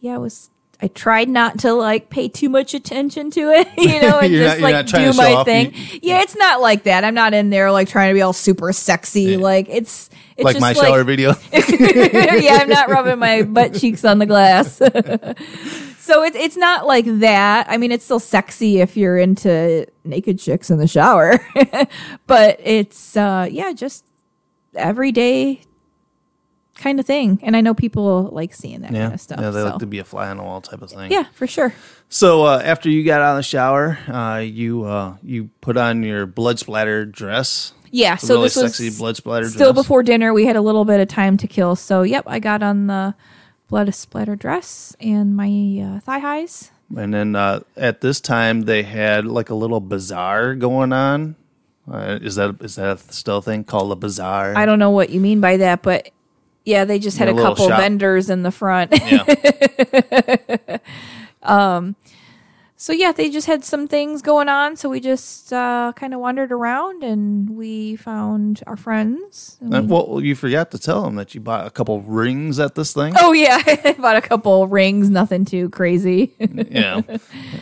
Speaker 3: yeah it was i tried not to like pay too much attention to it you know and
Speaker 2: You're not- you're
Speaker 3: just like
Speaker 2: not trying
Speaker 3: do
Speaker 2: to show
Speaker 3: my
Speaker 2: off.
Speaker 3: thing
Speaker 2: You-
Speaker 3: yeah it's not like that i'm not in there like trying to be all super sexy like it's it's
Speaker 2: like
Speaker 3: just
Speaker 2: my
Speaker 3: like
Speaker 2: shower video.
Speaker 3: yeah, I'm not rubbing my butt cheeks on the glass. so it's it's not like that. I mean, it's still sexy if you're into naked chicks in the shower, but it's uh, yeah, just everyday kind of thing. And I know people like seeing that kind
Speaker 2: yeah.
Speaker 3: of stuff.
Speaker 2: yeah, they
Speaker 3: so.
Speaker 2: like to be a fly on the wall type of thing.
Speaker 3: yeah, for sure.
Speaker 2: So uh, after you got out of the shower, uh, you uh, you put on your blood splatter dress.
Speaker 3: Yeah,
Speaker 2: The
Speaker 3: so
Speaker 2: really
Speaker 3: this was
Speaker 2: sexy blood splatter
Speaker 3: still
Speaker 2: dress.
Speaker 3: before dinner. We had a little bit of time to kill, so yep, I got on the blood splatter dress and my uh, thigh highs.
Speaker 2: And then uh, at this time, they had like a little bazaar going on. Uh, is that is that still a thing called a bazaar?
Speaker 3: I don't know what you mean by that, but yeah, they just had
Speaker 2: Yeah,
Speaker 3: a
Speaker 2: a little
Speaker 3: couple
Speaker 2: shop.
Speaker 3: vendors in the front.
Speaker 2: yeah.
Speaker 3: Um, so yeah, they just had some things going on. So we just uh, kind of wandered around and we found our friends. And
Speaker 2: Uh,
Speaker 3: we-
Speaker 2: well, you forgot to tell them that you bought a couple rings at this thing.
Speaker 3: oh yeah, I bought a couple rings, nothing too crazy,
Speaker 2: Yeah,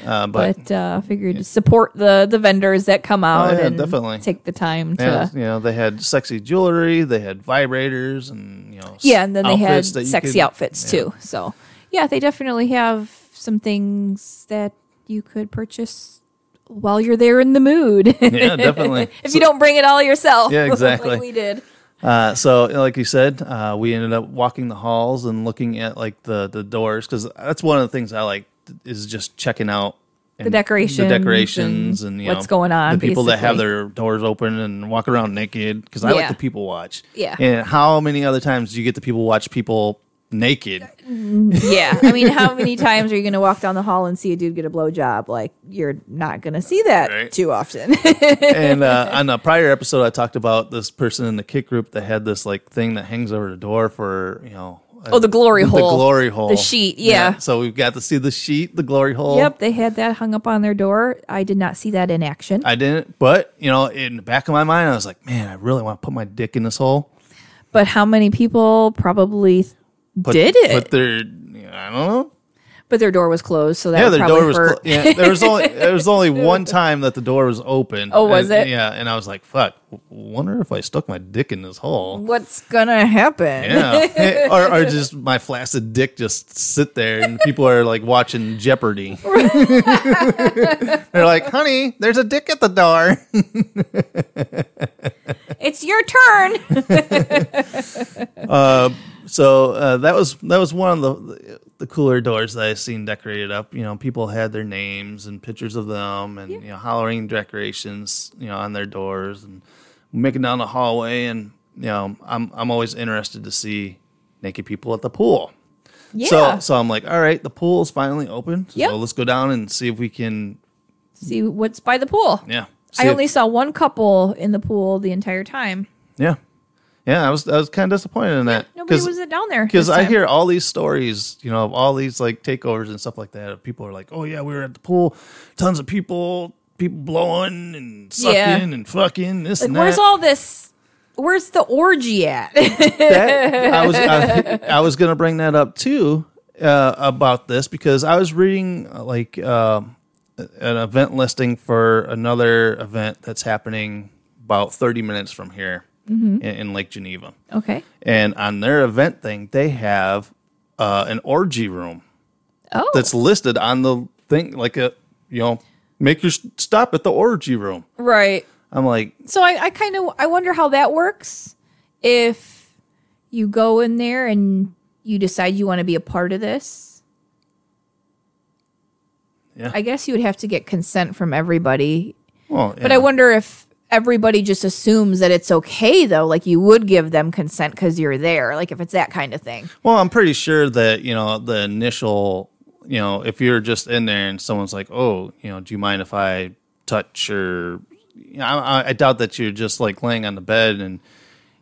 Speaker 2: uh, but, Oh,
Speaker 3: but uh, figured to support the the vendors that come out
Speaker 2: yeah,
Speaker 3: and
Speaker 2: definitely.
Speaker 3: take the time to.
Speaker 2: yeah, you know they had sexy jewelry, they had vibrators, and you know s-
Speaker 3: Yeah, and then they had
Speaker 2: outfits that you
Speaker 3: sexy
Speaker 2: could-
Speaker 3: outfits too. So, yeah, they definitely have some things that you could purchase while you're there in the mood.
Speaker 2: Yeah, definitely.
Speaker 3: if you don't bring it all yourself,
Speaker 2: Yeah, exactly.
Speaker 3: like we did.
Speaker 2: Uh, so, you know, like you said, uh, we ended up walking the halls and looking at like the the doors because that's one of the things I like is just checking out and
Speaker 3: The decorations
Speaker 2: the decorations, and,
Speaker 3: and
Speaker 2: you know,
Speaker 3: what's going on,
Speaker 2: The people that have
Speaker 3: basically.
Speaker 2: their doors open and walk around naked because I like
Speaker 3: Yeah.
Speaker 2: the people watch.
Speaker 3: Yeah.
Speaker 2: And how many other times do you get the people watch people naked?
Speaker 3: Yeah. I mean, how many times are you going to walk down the hall and see a dude get a blowjob? Like, you're not going to see that
Speaker 2: Right.
Speaker 3: too often.
Speaker 2: and uh, on a prior episode, I talked about this person in the kick group that had this like thing that hangs over the door for you know.
Speaker 3: Oh, the glory hole.
Speaker 2: The glory hole.
Speaker 3: The sheet, yeah.
Speaker 2: So we've got to see the sheet, the glory hole.
Speaker 3: yep. They had that hung up on their door. I did not see that in action.
Speaker 2: I didn't, but you know, in the back of my mind, I was like, man, I really want to put my dick in this hole.
Speaker 3: but how many people probably
Speaker 2: Put,
Speaker 3: did it?
Speaker 2: But their, I don't know.
Speaker 3: but their door was closed, so that
Speaker 2: Yeah,
Speaker 3: would
Speaker 2: the
Speaker 3: probably
Speaker 2: door was.
Speaker 3: hurt.
Speaker 2: Cl- yeah, there was only there was only one time that the door was open.
Speaker 3: Oh, was
Speaker 2: And-
Speaker 3: it?
Speaker 2: Yeah, and I was like, fuck. w- Wonder if I stuck my dick in this hole.
Speaker 3: What's gonna happen?
Speaker 2: Yeah, or, or just my flaccid dick just sit there, and people are like watching Jeopardy. They're like, "Honey, there's a dick at the door."
Speaker 3: It's your turn.
Speaker 2: So uh, that was that was one of the the cooler doors that I seen decorated up. You know, people had their names and pictures of them, and you know, Halloween decorations, you know, on their doors, and making down the hallway. And you know, I'm I'm always interested to see naked people at the pool.
Speaker 3: yeah.
Speaker 2: So so I'm like, all right, the pool's finally open. So
Speaker 3: Yep.
Speaker 2: let's go down and see if we can
Speaker 3: See what's by the pool.
Speaker 2: yeah. see
Speaker 3: I
Speaker 2: if-
Speaker 3: only saw one couple in the pool the entire time.
Speaker 2: yeah. Yeah, I was I was kind of disappointed in that
Speaker 3: Nobody
Speaker 2: 'cause-
Speaker 3: was down there.
Speaker 2: because
Speaker 3: this
Speaker 2: I
Speaker 3: time.
Speaker 2: hear all these stories, you know, of all these like takeovers and stuff like that. Of people are like, "Oh yeah, we were at the pool, tons of people, people blowing and sucking
Speaker 3: Yeah.
Speaker 2: and fucking this
Speaker 3: Like,
Speaker 2: and
Speaker 3: where's
Speaker 2: that."
Speaker 3: all this? Where's the orgy at?
Speaker 2: that I was I, I was gonna bring that up too uh, about this because I was reading uh, like um an event listing for another event that's happening about thirty minutes from here
Speaker 3: Mm-hmm.
Speaker 2: in, in Lake Geneva,
Speaker 3: okay.
Speaker 2: and on their event thing they have uh, an orgy room.
Speaker 3: Oh,
Speaker 2: that's listed on the thing like a you know make your s- stop at the orgy room
Speaker 3: right.
Speaker 2: i'm like
Speaker 3: So I, I kind of I wonder how that works. If you go in there and you decide you want to be a part of this,
Speaker 2: Yeah.
Speaker 3: I guess you would have to get consent from everybody.
Speaker 2: well
Speaker 3: But I wonder if everybody just assumes that it's okay though. Like you would give them consent because you're there. Like if it's that kind of thing.
Speaker 2: well i'm pretty sure that you know the initial you know if you're just in there and someone's like oh you know do you mind if i touch or you know, I, I- I doubt that you're just like laying on the bed and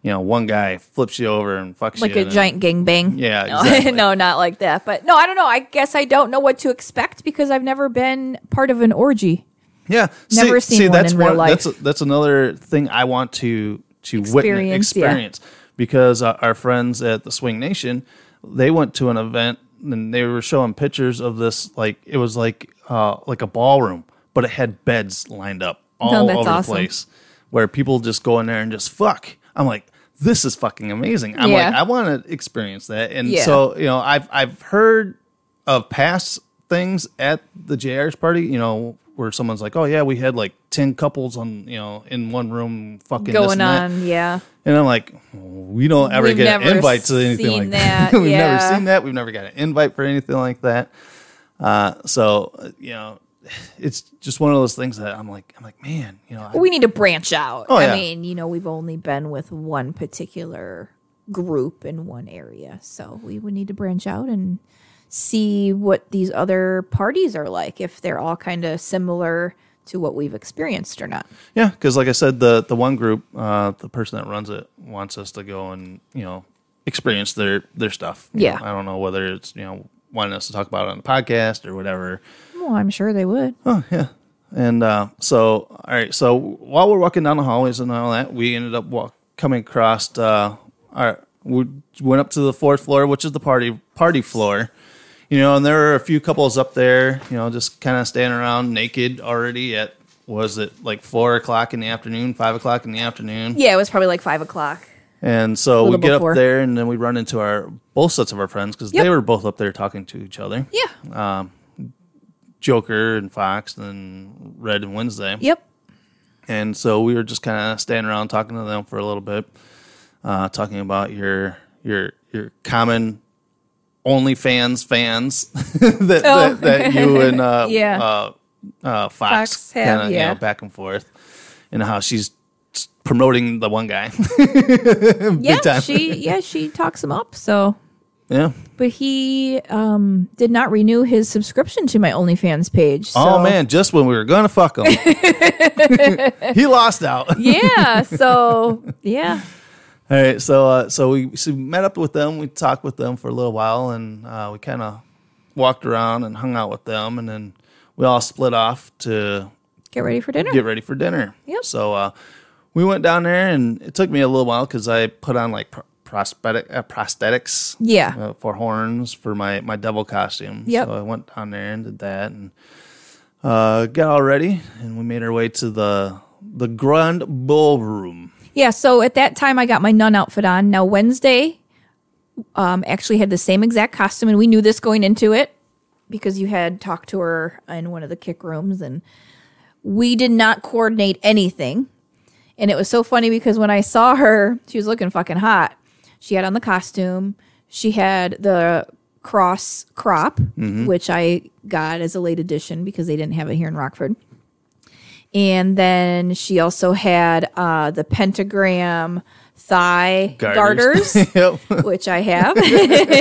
Speaker 2: you know one guy flips you over and fucks
Speaker 3: like
Speaker 2: you
Speaker 3: a
Speaker 2: and-
Speaker 3: giant gangbang.
Speaker 2: Yeah,
Speaker 3: no,
Speaker 2: exactly.
Speaker 3: no, not like that. But no, I don't know. I guess I don't know what to expect because I've never been part of an orgy.
Speaker 2: Yeah,
Speaker 3: Never seen one
Speaker 2: that's
Speaker 3: in real life.
Speaker 2: That's that's another thing I want to to witness
Speaker 3: Experience, yeah.
Speaker 2: experience because uh, our friends at the Swing Nation they went to an event and they were showing pictures of this like it was like uh like a ballroom but it had beds lined up all
Speaker 3: Oh, that's
Speaker 2: over
Speaker 3: awesome.
Speaker 2: the place where people just go in there and just fuck. I'm like this is fucking amazing. I'm like
Speaker 3: Yeah.
Speaker 2: I want to experience that and
Speaker 3: Yeah.
Speaker 2: so you know I've I've heard of past things at the JR's party, you know, where someone's like, "Oh yeah, we had like ten couples on, you know, in one room, fucking this and
Speaker 3: Going
Speaker 2: that."
Speaker 3: on, yeah.
Speaker 2: And I'm like, we don't ever
Speaker 3: We've
Speaker 2: get an
Speaker 3: never
Speaker 2: invite to anything
Speaker 3: seen
Speaker 2: like that.
Speaker 3: that,
Speaker 2: We've never
Speaker 3: yeah.
Speaker 2: seen that. We've never got an invite for anything like that. Uh, so uh, you know, it's just one of those things that I'm like, I'm like, man, you know, I,
Speaker 3: We need to branch out.
Speaker 2: Oh, yeah.
Speaker 3: I mean, you know, we've only been with one particular group in one area. So we would need to branch out and see what these other parties are like, if they're all kind of similar to what we've experienced or not.
Speaker 2: yeah, because like I said, the the one group, uh, the person that runs it wants us to go and you know experience their their stuff. You
Speaker 3: Yeah.
Speaker 2: know, I don't know whether it's you know wanting us to talk about it on the podcast or whatever.
Speaker 3: Well, I'm sure they would.
Speaker 2: And uh, so, all right. So while we're walking down the hallways and all that, we ended up walk, coming across. Uh, our, we went up to the fourth floor, which is the party party floor. You know, and there were a few couples up there. You know, just kind of standing around naked already. At was it like four o'clock in the afternoon, five o'clock in the afternoon?
Speaker 3: Yeah, it was probably like five o'clock.
Speaker 2: And so we
Speaker 3: Little
Speaker 2: get
Speaker 3: before.
Speaker 2: up there, and then we run into our both sets of our friends because
Speaker 3: Yep.
Speaker 2: they were both up there talking to each other.
Speaker 3: Yeah.
Speaker 2: Joker and Fox, and Red and Wednesday.
Speaker 3: Yep.
Speaker 2: And so we were just kind of standing around talking to them for a little bit. uh, talking about your your your common OnlyFans fans that,
Speaker 3: Oh.
Speaker 2: that that you and uh,
Speaker 3: Yeah.
Speaker 2: uh, uh, Fox,
Speaker 3: Fox have,
Speaker 2: kinda, you
Speaker 3: yeah.
Speaker 2: know, back and forth, and how she's promoting the one guy.
Speaker 3: Yeah,
Speaker 2: time.
Speaker 3: she yeah she talks him up. So,
Speaker 2: yeah.
Speaker 3: but he um did not renew his subscription to my OnlyFans page. So.
Speaker 2: Oh man, just when we were gonna fuck him, he lost out.
Speaker 3: yeah. So yeah,
Speaker 2: All right, so uh, so we so we met up with them. We talked with them for a little while, and uh, we kind of walked around and hung out with them, and then we all split off to
Speaker 3: get ready for dinner.
Speaker 2: get ready for dinner.
Speaker 3: Yep.
Speaker 2: So uh, we went down there, and it took me a little while because I put on like pr- prosthetic uh, prosthetics.
Speaker 3: Yeah.
Speaker 2: Uh, for horns for my my devil costume.
Speaker 3: Yep.
Speaker 2: So I went down there and did that, and uh, got all ready, and we made our way to the the grand ballroom.
Speaker 3: Yeah, so at that time I got my nun outfit on. Now Wednesday um actually had the same exact costume and we knew this going into it because you had talked to her in one of the kick rooms and we did not coordinate anything. And it was so funny because when I saw her, she was looking fucking hot. She had on the costume. She had the cross crop, which I got as a late edition because they didn't have it here in Rockford and then she also had uh, the pentagram thigh garters,
Speaker 2: yep.
Speaker 3: which I have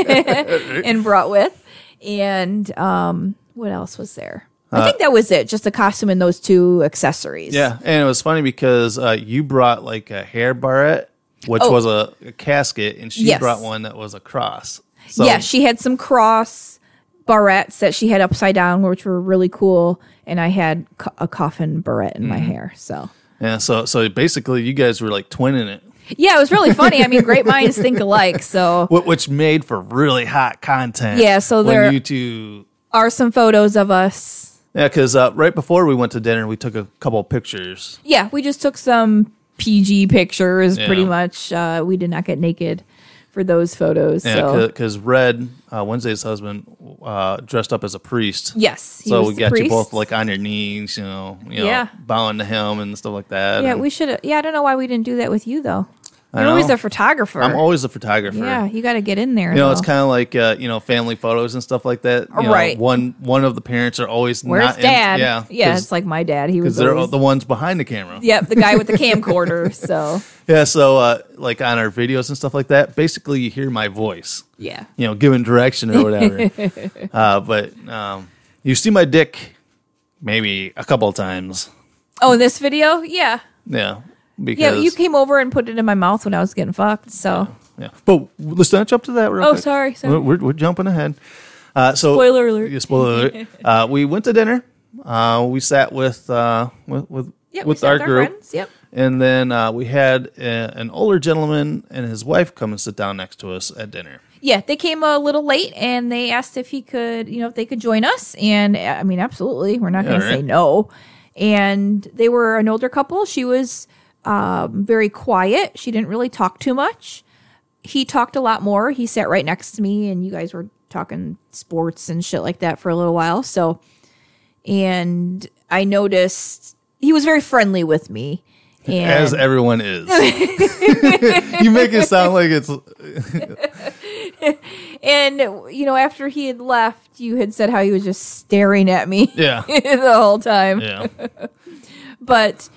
Speaker 3: and brought with. And um, what else was there? I think that was it. Just the costume and those two accessories.
Speaker 2: Uh, Yeah, and it was funny because uh, you brought like a hair barrette, which
Speaker 3: Oh.
Speaker 2: was a, a casket, and she
Speaker 3: Yes.
Speaker 2: brought one that was a cross. So,
Speaker 3: yeah, she had some cross barrettes that she had upside down, which were really cool. And I had co- a coffin barrette in my
Speaker 2: Mm-hmm.
Speaker 3: hair. So
Speaker 2: yeah. So, so basically, you guys were like twinning it,
Speaker 3: yeah, it was really funny. I mean, great minds think alike. So
Speaker 2: wh- which made for really hot content.
Speaker 3: Yeah, so
Speaker 2: when
Speaker 3: there-
Speaker 2: you two.
Speaker 3: are some photos of us
Speaker 2: Yeah, because uh, right before we went to dinner, we took a couple of pictures.
Speaker 3: Yeah, we just took some PG pictures,
Speaker 2: Yeah.
Speaker 3: pretty much. Uh, we did not get naked for those photos.
Speaker 2: Yeah,
Speaker 3: so
Speaker 2: because Red uh, Wednesday's husband uh, dressed up as a priest.
Speaker 3: yes, he
Speaker 2: so
Speaker 3: was
Speaker 2: we
Speaker 3: the
Speaker 2: got you
Speaker 3: priest.
Speaker 2: both like on your knees, you know, you know,
Speaker 3: Yeah.
Speaker 2: bowing to him and stuff like that.
Speaker 3: Yeah,
Speaker 2: and
Speaker 3: we should. Yeah, I don't know why we didn't do that with you though. You're always
Speaker 2: know.
Speaker 3: a photographer.
Speaker 2: I'm always a photographer.
Speaker 3: yeah, you got to get in there.
Speaker 2: You know,
Speaker 3: though.
Speaker 2: it's kind of like uh, you know family photos and stuff like that. You know,
Speaker 3: Uh-huh. Right.
Speaker 2: one one of the parents are always
Speaker 3: Where's
Speaker 2: not in-
Speaker 3: dad?
Speaker 2: yeah,
Speaker 3: yeah, it's like my dad. He
Speaker 2: because
Speaker 3: was
Speaker 2: they're
Speaker 3: always,
Speaker 2: the ones behind the camera.
Speaker 3: yep, the guy with the camcorder. So
Speaker 2: Yeah. So uh, like on our videos and stuff like that, basically you hear my voice,
Speaker 3: yeah,
Speaker 2: you know, giving direction or whatever. uh, but um, you see my dick maybe a couple of times.
Speaker 3: oh, this video, yeah,
Speaker 2: Yeah.
Speaker 3: yeah.
Speaker 2: Because
Speaker 3: You came over and put it in my mouth when I was getting fucked. So
Speaker 2: Yeah. But let's not jump to that. Real
Speaker 3: Oh,
Speaker 2: quick.
Speaker 3: sorry, sorry.
Speaker 2: We're, we're, we're jumping ahead. Uh, so
Speaker 3: Spoiler alert.
Speaker 2: Yeah, spoiler alert. Uh, we went to dinner. Uh, we sat with uh, with with,
Speaker 3: yeah, we
Speaker 2: with
Speaker 3: sat
Speaker 2: our
Speaker 3: with
Speaker 2: group,
Speaker 3: friends. Yep.
Speaker 2: and then uh, we had a, an older gentleman and his wife come and sit down next to us at dinner.
Speaker 3: yeah, they came a little late and they asked if he could, you know, if they could join us. And uh, I mean, absolutely, we're not
Speaker 2: Yeah,
Speaker 3: going
Speaker 2: right.
Speaker 3: to say no. And they were an older couple. She was um, very quiet. She didn't really talk too much. He talked a lot more. He sat right next to me, and you guys were talking sports and shit like that for a little while. So, and I noticed he was very friendly with me. And
Speaker 2: As everyone is, you make it sound like it's
Speaker 3: and you know, after he had left, you had said how he was just staring at me.
Speaker 2: yeah,
Speaker 3: the whole time.
Speaker 2: yeah,
Speaker 3: But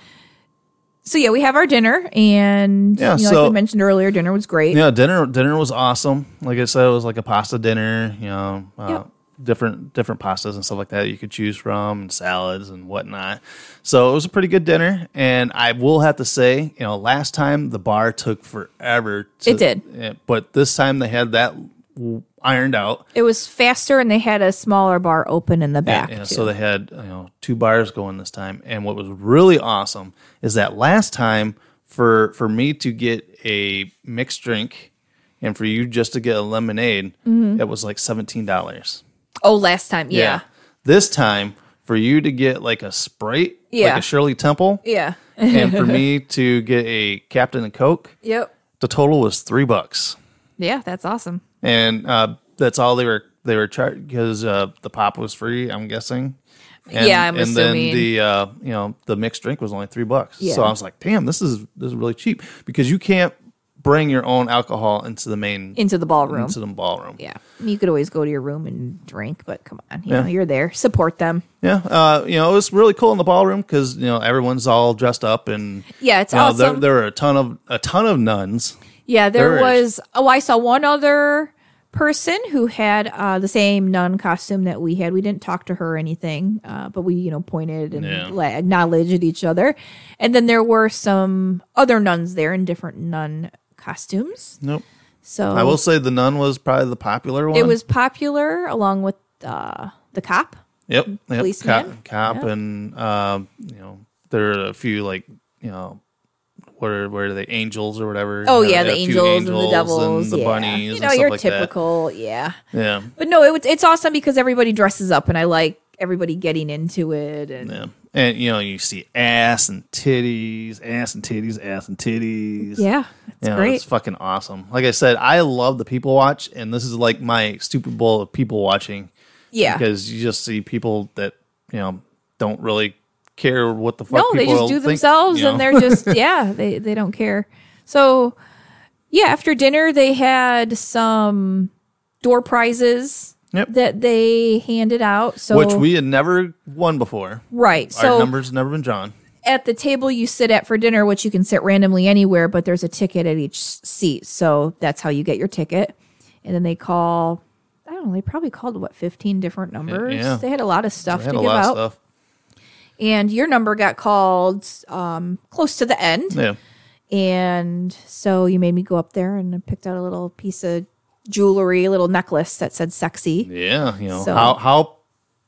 Speaker 3: so yeah, we have our dinner, and
Speaker 2: Yeah,
Speaker 3: you know,
Speaker 2: so-
Speaker 3: like we mentioned earlier, dinner was great.
Speaker 2: yeah. Dinner dinner was awesome. Like I said, it was like a pasta dinner. You know, uh,
Speaker 3: Yep.
Speaker 2: different different pastas and stuff like that you could choose from, and salads and whatnot. So it was a pretty good dinner. And I will have to say, you know, last time the bar took forever. To,
Speaker 3: It did.
Speaker 2: eh, but this time they had that w- ironed out.
Speaker 3: It was faster, and they had a smaller bar open in the back.
Speaker 2: Yeah,
Speaker 3: too.
Speaker 2: so they had you know two bars going this time, and what was really awesome is that last time for for me to get a mixed drink, and for you just to get a lemonade, it was like seventeen dollars.
Speaker 3: oh, last time, Mm-hmm. yeah,
Speaker 2: This time for you to get like a sprite,
Speaker 3: Yeah.
Speaker 2: like a Shirley Temple,
Speaker 3: yeah,
Speaker 2: and for me to get a Captain and Coke,
Speaker 3: yep,
Speaker 2: the total was three bucks,
Speaker 3: yeah. That's awesome.
Speaker 2: and uh, that's all they were they were charged because uh, the pop was free. I'm guessing. And,
Speaker 3: Yeah, I'm
Speaker 2: and
Speaker 3: assuming.
Speaker 2: then the uh, you know the mixed drink was only three bucks.
Speaker 3: Yeah.
Speaker 2: So I was like, damn, this is this is really cheap because you can't bring your own alcohol into the main
Speaker 3: into the ballroom.
Speaker 2: into the ballroom.
Speaker 3: yeah, you could always go to your room and drink, but come on, you
Speaker 2: Yeah.
Speaker 3: know you're there. Support them.
Speaker 2: Yeah, uh, you know, it was really cool in the ballroom because you know everyone's all dressed up and
Speaker 3: Yeah, it's
Speaker 2: you know,
Speaker 3: awesome.
Speaker 2: There, there were a ton of a ton of nuns.
Speaker 3: Yeah, there,
Speaker 2: There is.
Speaker 3: was. Oh, I saw one other person who had uh, the same nun costume that we had. We didn't talk to her or anything, uh, but we, you know, pointed and
Speaker 2: Yeah.
Speaker 3: la- acknowledged each other. And then there were some other nuns there in different nun costumes.
Speaker 2: Nope.
Speaker 3: So
Speaker 2: I will say the nun was probably the popular one.
Speaker 3: Oh. it was popular along with uh, the cop.
Speaker 2: yep, yep.
Speaker 3: policeman.
Speaker 2: cop, cop and um, you know there are a few like you know what are what are they angels or whatever.
Speaker 3: Oh
Speaker 2: You know,
Speaker 3: yeah,
Speaker 2: they
Speaker 3: the
Speaker 2: had a few
Speaker 3: angels, and the devils,
Speaker 2: and the
Speaker 3: yeah.
Speaker 2: bunnies.
Speaker 3: You
Speaker 2: and
Speaker 3: know,
Speaker 2: stuff
Speaker 3: your
Speaker 2: like that.
Speaker 3: typical, yeah.
Speaker 2: Yeah,
Speaker 3: But no, it, was- it's awesome because everybody dresses up, and I like everybody getting into it. And
Speaker 2: yeah. And you know you see ass and titties, ass and titties, ass and titties.
Speaker 3: Yeah, it's
Speaker 2: Yeah,
Speaker 3: great.
Speaker 2: It's fucking awesome. Like I said, I love the people watch, and this is like my Super Bowl of people watching
Speaker 3: yeah.
Speaker 2: because you just see people that you know don't really care what the fuck.
Speaker 3: No, they
Speaker 2: people
Speaker 3: just do
Speaker 2: think,
Speaker 3: themselves
Speaker 2: you
Speaker 3: and
Speaker 2: know?
Speaker 3: they're just yeah, they they don't care. So yeah, after dinner they had some door prizes
Speaker 2: Yep.
Speaker 3: that they handed out. So
Speaker 2: which we had never won before.
Speaker 3: right.
Speaker 2: Our
Speaker 3: So
Speaker 2: numbers never been drawn.
Speaker 3: at the table you sit at for dinner, which you can sit randomly anywhere, but there's a ticket at each s- seat. So that's how you get your ticket. And then they call I don't know, they probably called what, 15 different numbers?
Speaker 2: yeah.
Speaker 3: They had a lot of stuff
Speaker 2: I had
Speaker 3: to
Speaker 2: a
Speaker 3: give
Speaker 2: lot
Speaker 3: out.
Speaker 2: of stuff.
Speaker 3: And your number got called um, close to the end.
Speaker 2: Yeah,
Speaker 3: And so you made me go up there and I picked out a little piece of jewelry, a little necklace that said sexy.
Speaker 2: yeah. You know
Speaker 3: So-
Speaker 2: how how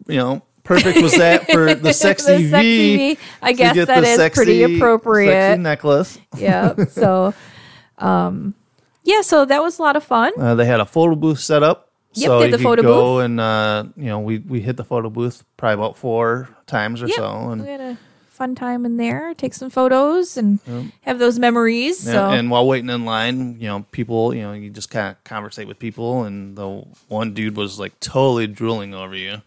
Speaker 2: you know perfect was that for the sexy,
Speaker 3: The sexy
Speaker 2: V?
Speaker 3: V. I
Speaker 2: to
Speaker 3: guess
Speaker 2: get
Speaker 3: that
Speaker 2: the
Speaker 3: is
Speaker 2: sexy-
Speaker 3: pretty
Speaker 2: Sexy
Speaker 3: appropriate.
Speaker 2: necklace.
Speaker 3: yeah. So, um, yeah, so that was a lot of fun.
Speaker 2: Uh, they had a photo booth set up.
Speaker 3: Yep,
Speaker 2: so
Speaker 3: they
Speaker 2: you
Speaker 3: had the
Speaker 2: could
Speaker 3: photo
Speaker 2: go and uh, you know we we hit the photo booth probably about four times or
Speaker 3: Yep.
Speaker 2: so, and
Speaker 3: we had a fun time in there, take some photos and have those memories. so,
Speaker 2: and while waiting in line, you know people, you know you just kind of conversate with people, and the one dude was like totally drooling over you.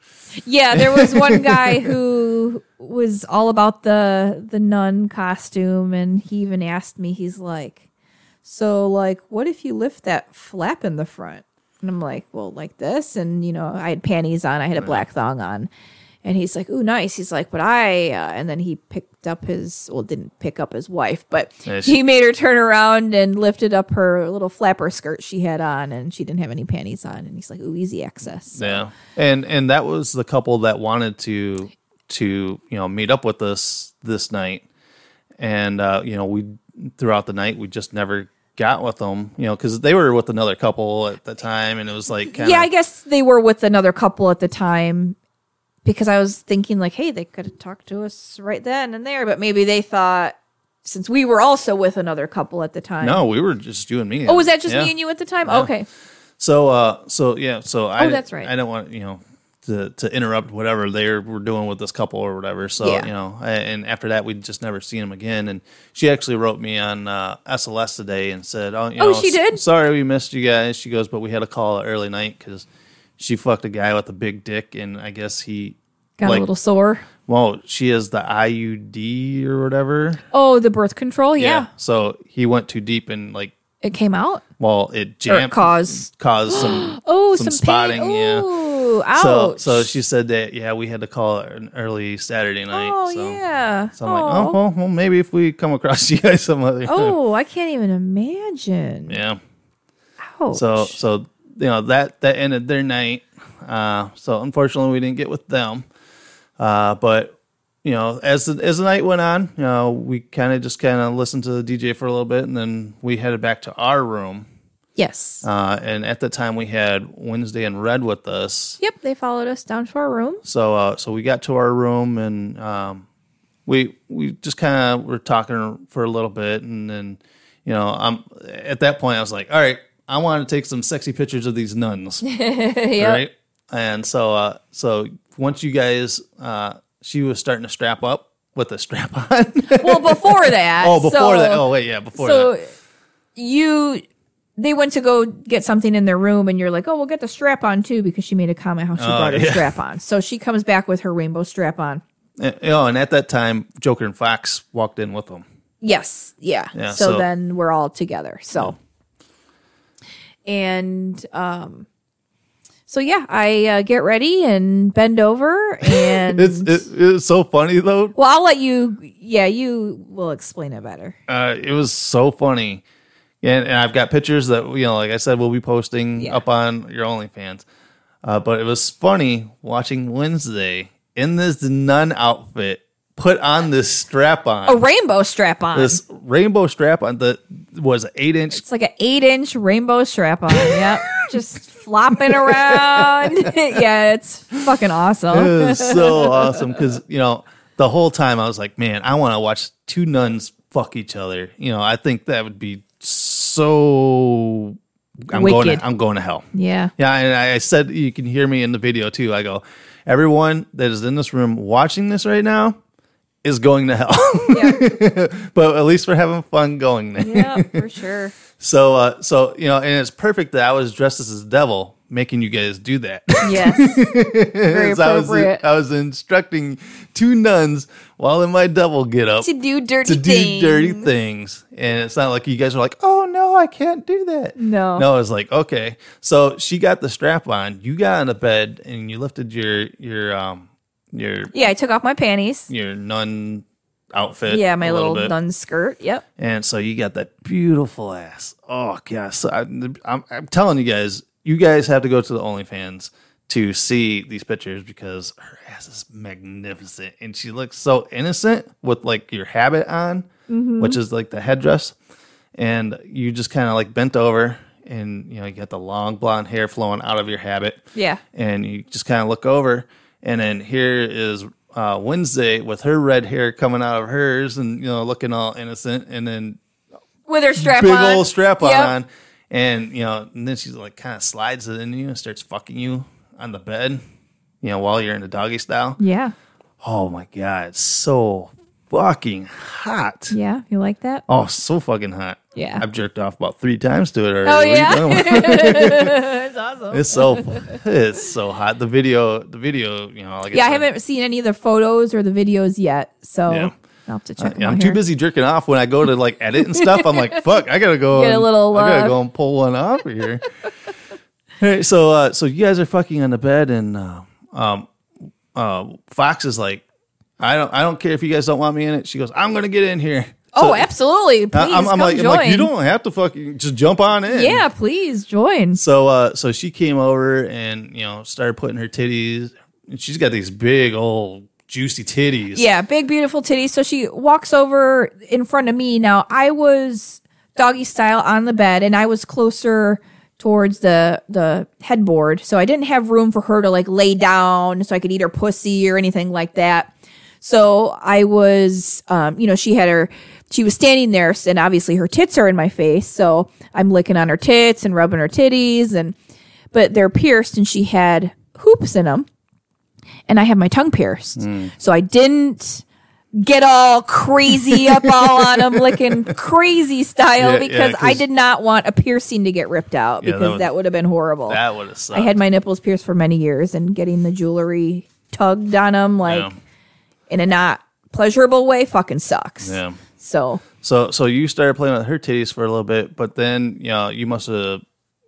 Speaker 3: yeah, there was one guy who was all about the the nun costume and he even asked me, he's like, So, like, what if you lift that flap in the front? And I'm like, Well, like this. And, you know, I had panties on, I had a black thong on. And he's like, Ooh, nice. He's like, But I, uh, and then he picked up his, well, didn't pick up his wife, but
Speaker 2: Yes.
Speaker 3: he made her turn around and lifted up her little flapper skirt she had on and she didn't have any panties on. And he's like, Ooh, easy access.
Speaker 2: Yeah, and and that was the couple that wanted to to you know meet up with us this night, and uh, you know we throughout the night we just never got with them, you know, because they were with another couple at the time, and it was like kind of
Speaker 3: Yeah, I guess they were with another couple at the time because I was thinking like, hey, they could have talked to us right then and there, but maybe they thought since we were also with another couple at the time.
Speaker 2: No, we were just you and me.
Speaker 3: Oh, was that just me and you at the time? Okay.
Speaker 2: So, uh, so yeah, so I.
Speaker 3: Oh, that's right.
Speaker 2: I don't want you know to to interrupt whatever they were doing with this couple or whatever. So
Speaker 3: Yeah.
Speaker 2: you know, I, and after that, we just never seen him again. And she actually wrote me on uh, SLS today and said, "Oh, you
Speaker 3: Oh,
Speaker 2: know,
Speaker 3: she
Speaker 2: s-
Speaker 3: did?
Speaker 2: Sorry, we missed you guys." She goes, "But we had a call early night because she fucked a guy with a big dick, and I guess he."
Speaker 3: Got
Speaker 2: like,
Speaker 3: a little sore.
Speaker 2: well, she is the IUD or whatever.
Speaker 3: Oh, the birth control. Yeah.
Speaker 2: So he went too deep and like,
Speaker 3: It came out.
Speaker 2: well, it
Speaker 3: Or
Speaker 2: jammed,
Speaker 3: it caused
Speaker 2: caused some
Speaker 3: oh
Speaker 2: some
Speaker 3: some,
Speaker 2: spotting,
Speaker 3: Pain.
Speaker 2: yeah.
Speaker 3: Ooh,
Speaker 2: so
Speaker 3: ouch.
Speaker 2: so she said that yeah we had to call it an early Saturday night.
Speaker 3: Oh
Speaker 2: so.
Speaker 3: yeah.
Speaker 2: So
Speaker 3: oh.
Speaker 2: I'm like, oh well, well, maybe if we come across you guys some other time.
Speaker 3: Oh, I can't even imagine.
Speaker 2: Yeah.
Speaker 3: Ouch.
Speaker 2: So so you know that that ended their night. Uh, so unfortunately we didn't get with them. Uh, but you know as the as the night went on, you know we kind of just kind of listened to the DJ for a little bit, and then we headed back to our room.
Speaker 3: yes.
Speaker 2: Uh, and at the time we had Wednesday and Red with us.
Speaker 3: yep. They followed us down to our room.
Speaker 2: So uh, so we got to our room and um, we we just kind of were talking for a little bit and then you know I'm at that point I was like all right I want to take some sexy pictures of these nuns right and so uh, so once you guys uh, she was starting to strap up with a strap on
Speaker 3: well, before that.
Speaker 2: oh before
Speaker 3: so-
Speaker 2: that oh wait yeah before
Speaker 3: so
Speaker 2: that
Speaker 3: you, they went to go get something in their room, and you're like, "Oh, we'll get the strap on too," because she made a comment how she brought her
Speaker 2: Oh, yeah.
Speaker 3: strap on. So she comes back with her rainbow strap on.
Speaker 2: and, you know, and at that time Joker and Fox walked in with them
Speaker 3: Yes. Yeah.
Speaker 2: Yeah,
Speaker 3: so,
Speaker 2: so-
Speaker 3: then we're all together. So, and um, so yeah, I uh, get ready and bend over and.
Speaker 2: It's it, it's so funny though.
Speaker 3: well, I'll let you. Yeah, you will explain it better.
Speaker 2: Uh, it was so funny, and, and I've got pictures that you know, like I said, we'll be posting
Speaker 3: Yeah.
Speaker 2: up on your OnlyFans. Uh, but it was funny watching Wednesday in this nun outfit put on this strap on,
Speaker 3: A rainbow strap on.
Speaker 2: this rainbow strap on that was eight inch.
Speaker 3: It's like an eight inch rainbow strap on. Yep. Just flopping around. yeah, it's fucking
Speaker 2: It
Speaker 3: awesome.
Speaker 2: was so awesome because you know the whole time I was like, man, I want to watch two nuns fuck each other. You know, I think that would be so. I'm going.
Speaker 3: Wicked.
Speaker 2: To, I'm going to hell.
Speaker 3: Yeah.
Speaker 2: Yeah, and I I said you can hear me in the video too. I go, everyone that is in this room watching this right now is going to hell,
Speaker 3: Yeah.
Speaker 2: but at least we're having fun going there.
Speaker 3: yeah, for sure.
Speaker 2: So, uh, so you know, and it's perfect that I was dressed as the devil, making you guys do that.
Speaker 3: Yes. Very
Speaker 2: 'Cause I was,
Speaker 3: appropriate.
Speaker 2: I was instructing two nuns while in my devil get up
Speaker 3: to do dirty
Speaker 2: to do
Speaker 3: things.
Speaker 2: dirty things. And it's not like you guys are like, oh no, I can't do that.
Speaker 3: No.
Speaker 2: No, it's like, okay. So she got the strap on, you got on the bed and you lifted your your um your
Speaker 3: Yeah, I took off my panties.
Speaker 2: your nun outfit.
Speaker 3: Yeah, my
Speaker 2: a
Speaker 3: little,
Speaker 2: bit.
Speaker 3: nun skirt. Yep.
Speaker 2: And so you got that beautiful ass. Oh gosh. So I, I'm I'm telling you guys, you guys have to go to the OnlyFans to see these pictures because her ass is magnificent and she looks so innocent with like your habit on, which is like the headdress, and you just kind of like bent over and you know you got the long blonde hair flowing out of your habit.
Speaker 3: Yeah.
Speaker 2: And you just kind of look over, and then here is uh, Wednesday with her red hair coming out of hers, and you know looking all innocent, and then
Speaker 3: With her strap
Speaker 2: big
Speaker 3: on.
Speaker 2: old strap
Speaker 3: Yep.
Speaker 2: on, and you know, and then she's like kind of slides it in you and starts fucking you on the bed, you know, while you're in the doggy style.
Speaker 3: Yeah.
Speaker 2: Oh my god, it's so fucking hot.
Speaker 3: Yeah. You like that?
Speaker 2: Oh, so fucking hot.
Speaker 3: Yeah.
Speaker 2: I've jerked off about three times to it already.
Speaker 3: Oh,
Speaker 2: What are you
Speaker 3: yeah?
Speaker 2: talking about?
Speaker 3: That's awesome.
Speaker 2: It's so it's so hot. The video, the video, you know, like
Speaker 3: Yeah, I
Speaker 2: said,
Speaker 3: haven't seen any of the photos or the videos yet. So
Speaker 2: Yeah.
Speaker 3: I'll have to check them
Speaker 2: Yeah, I'm
Speaker 3: out
Speaker 2: too
Speaker 3: here.
Speaker 2: busy jerking off when I go to like edit and stuff. I'm like, fuck, I gotta go.
Speaker 3: Get a
Speaker 2: and-
Speaker 3: little,
Speaker 2: I
Speaker 3: uh,
Speaker 2: gotta go and pull one off here. All right, so uh, so you guys are fucking on the bed, and uh, um, uh, Fox is like, I don't, I don't care if you guys don't want me in it. She goes, I'm gonna get in here.
Speaker 3: Oh, absolutely. Please
Speaker 2: I- I'm, I'm
Speaker 3: come
Speaker 2: like, I'm
Speaker 3: join.
Speaker 2: like, you don't have to fucking just jump on in.
Speaker 3: Yeah, please join.
Speaker 2: So uh, so she came over and you know started putting her titties. And she's got these big old juicy titties.
Speaker 3: Yeah, big beautiful titties. So she walks over in front of me. Now I was doggy style on the bed, and I was closer towards the the headboard, so I didn't have room for her to like lay down, so I could eat her pussy or anything like that. So I was, um, you know, she had her, she was standing there, and obviously her tits are in my face. So I'm licking on her tits and rubbing her titties, and but they're pierced, and she had hoops in them and I had my tongue pierced.
Speaker 2: Hmm.
Speaker 3: So I didn't get all crazy up all on them, licking crazy
Speaker 2: Yeah,
Speaker 3: style
Speaker 2: yeah,
Speaker 3: because I
Speaker 2: 'cause-
Speaker 3: did not want a piercing to get ripped out
Speaker 2: Yeah, that
Speaker 3: because
Speaker 2: would-
Speaker 3: that would have been horrible.
Speaker 2: that would have sucked.
Speaker 3: I had my nipples pierced for many years and getting the jewelry tugged on them like
Speaker 2: Yeah.
Speaker 3: in a not pleasurable way fucking sucks.
Speaker 2: Yeah.
Speaker 3: So
Speaker 2: So so you started playing with her titties for a little bit, but then you know you must have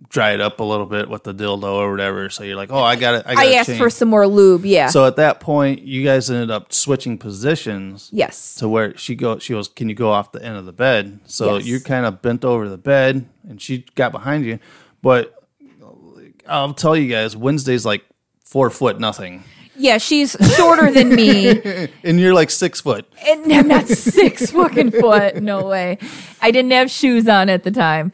Speaker 2: dried up a little bit with the dildo or whatever. So you're like, oh, I got it. I, gotta
Speaker 3: I asked
Speaker 2: change.
Speaker 3: for some more lube. Yeah.
Speaker 2: So at that point, you guys ended up switching positions.
Speaker 3: yes.
Speaker 2: To where she go, she goes, can you go off the end of the bed? So
Speaker 3: Yes.
Speaker 2: you're kind of bent over the bed, and she got behind you. But I'll tell you guys, Wednesday's like four foot nothing,
Speaker 3: Yeah, she's shorter than me.
Speaker 2: and you're like six foot.
Speaker 3: and I'm not six fucking foot. No way. I didn't have shoes on at the time.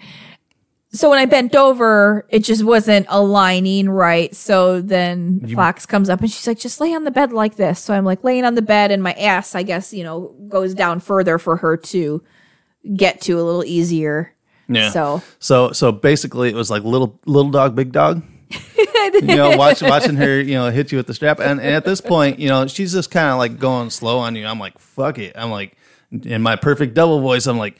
Speaker 3: So when I bent over, it just wasn't aligning right. So then Fox comes up and she's like, just lay on the bed like this. So I'm like laying on the bed and my ass, I guess, you know, goes down further for her to get to a little easier.
Speaker 2: Yeah.
Speaker 3: So
Speaker 2: So so basically, it was like little little dog, big dog. you know, watch, watching her, you know, hit you with the strap, and, and at this point, you know, she's just kind of like going slow on you. I'm like, fuck it. I'm like, in my perfect double voice, I'm like,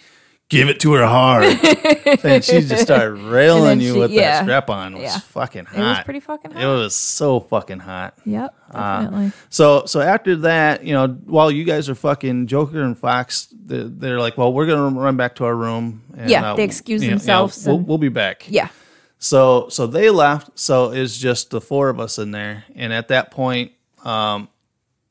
Speaker 2: give it to her hard. and she just started railing
Speaker 3: And then
Speaker 2: you
Speaker 3: she-
Speaker 2: with
Speaker 3: yeah.
Speaker 2: that strap on. It was
Speaker 3: Yeah.
Speaker 2: fucking
Speaker 3: It was
Speaker 2: hot.
Speaker 3: pretty fucking
Speaker 2: It
Speaker 3: hot.
Speaker 2: was so fucking hot.
Speaker 3: Yep,
Speaker 2: Uh,
Speaker 3: definitely.
Speaker 2: so so after that, you know, while you guys are fucking Joker and Fox, they're, they're like, well, we're gonna run back to our room. And, uh,
Speaker 3: Yeah, they excuse
Speaker 2: you know,
Speaker 3: themselves
Speaker 2: we'll,
Speaker 3: and-
Speaker 2: we'll be back.
Speaker 3: yeah.
Speaker 2: So so they left. So it's just the four of us in there. And at that point, um,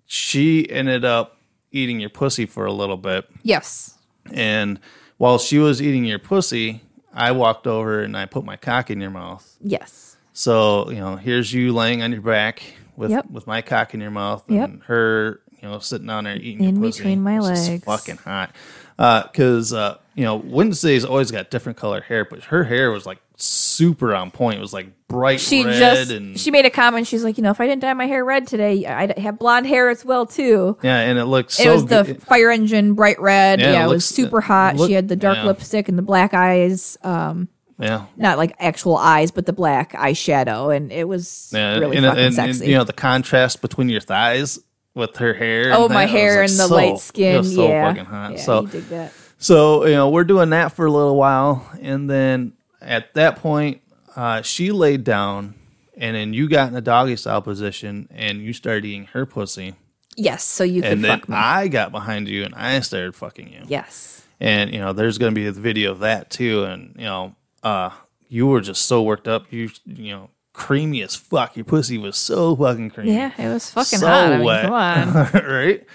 Speaker 2: she ended up eating your pussy for a little bit.
Speaker 3: Yes.
Speaker 2: And while she was eating your pussy, I walked over and I put my cock in your mouth.
Speaker 3: Yes.
Speaker 2: So you know, here's you laying on your back with
Speaker 3: Yep.
Speaker 2: with my cock in your mouth,
Speaker 3: Yep.
Speaker 2: and her, you know, sitting on there eating
Speaker 3: In
Speaker 2: your pussy.
Speaker 3: between my
Speaker 2: It's just
Speaker 3: legs.
Speaker 2: fucking hot. Because uh, you know, Wednesday's always got different color hair, but her hair was like super on point. It was like bright
Speaker 3: She
Speaker 2: red
Speaker 3: just
Speaker 2: and
Speaker 3: she made a comment. She's like, you know, if I didn't dye my hair red today, I'd have blonde hair as well too.
Speaker 2: yeah, and it looked so
Speaker 3: it was the
Speaker 2: good.
Speaker 3: fire engine bright red.
Speaker 2: Yeah,
Speaker 3: Yeah,
Speaker 2: it
Speaker 3: it, was
Speaker 2: looks-
Speaker 3: super hot.
Speaker 2: look-
Speaker 3: she had the dark
Speaker 2: yeah.
Speaker 3: lipstick and the black eyes. Um,
Speaker 2: yeah.
Speaker 3: not like actual eyes, but the black eyeshadow, and it was
Speaker 2: Yeah,
Speaker 3: really
Speaker 2: and,
Speaker 3: fucking
Speaker 2: and- and,
Speaker 3: sexy.
Speaker 2: you know the contrast between your thighs with her hair.
Speaker 3: oh,
Speaker 2: and
Speaker 3: my
Speaker 2: that, it was,
Speaker 3: hair
Speaker 2: like,
Speaker 3: and the
Speaker 2: so-
Speaker 3: light skin.
Speaker 2: It was so
Speaker 3: yeah,
Speaker 2: fucking hot.
Speaker 3: yeah,
Speaker 2: so
Speaker 3: you dig that.
Speaker 2: So, you know, we're doing that for a little while. And then at that point, uh, she laid down and then you got in a doggy style position and you started eating her pussy.
Speaker 3: Yes, so you could
Speaker 2: And then
Speaker 3: fuck me.
Speaker 2: I got behind you and I started fucking you.
Speaker 3: yes,
Speaker 2: And, you know, there's going to be a video of that too. And, you know, uh, you were just so worked up. You, you know, creamy as fuck. Your pussy was so fucking creamy
Speaker 3: yeah, it was fucking
Speaker 2: so
Speaker 3: hot. I mean,
Speaker 2: wet,
Speaker 3: come on.
Speaker 2: right?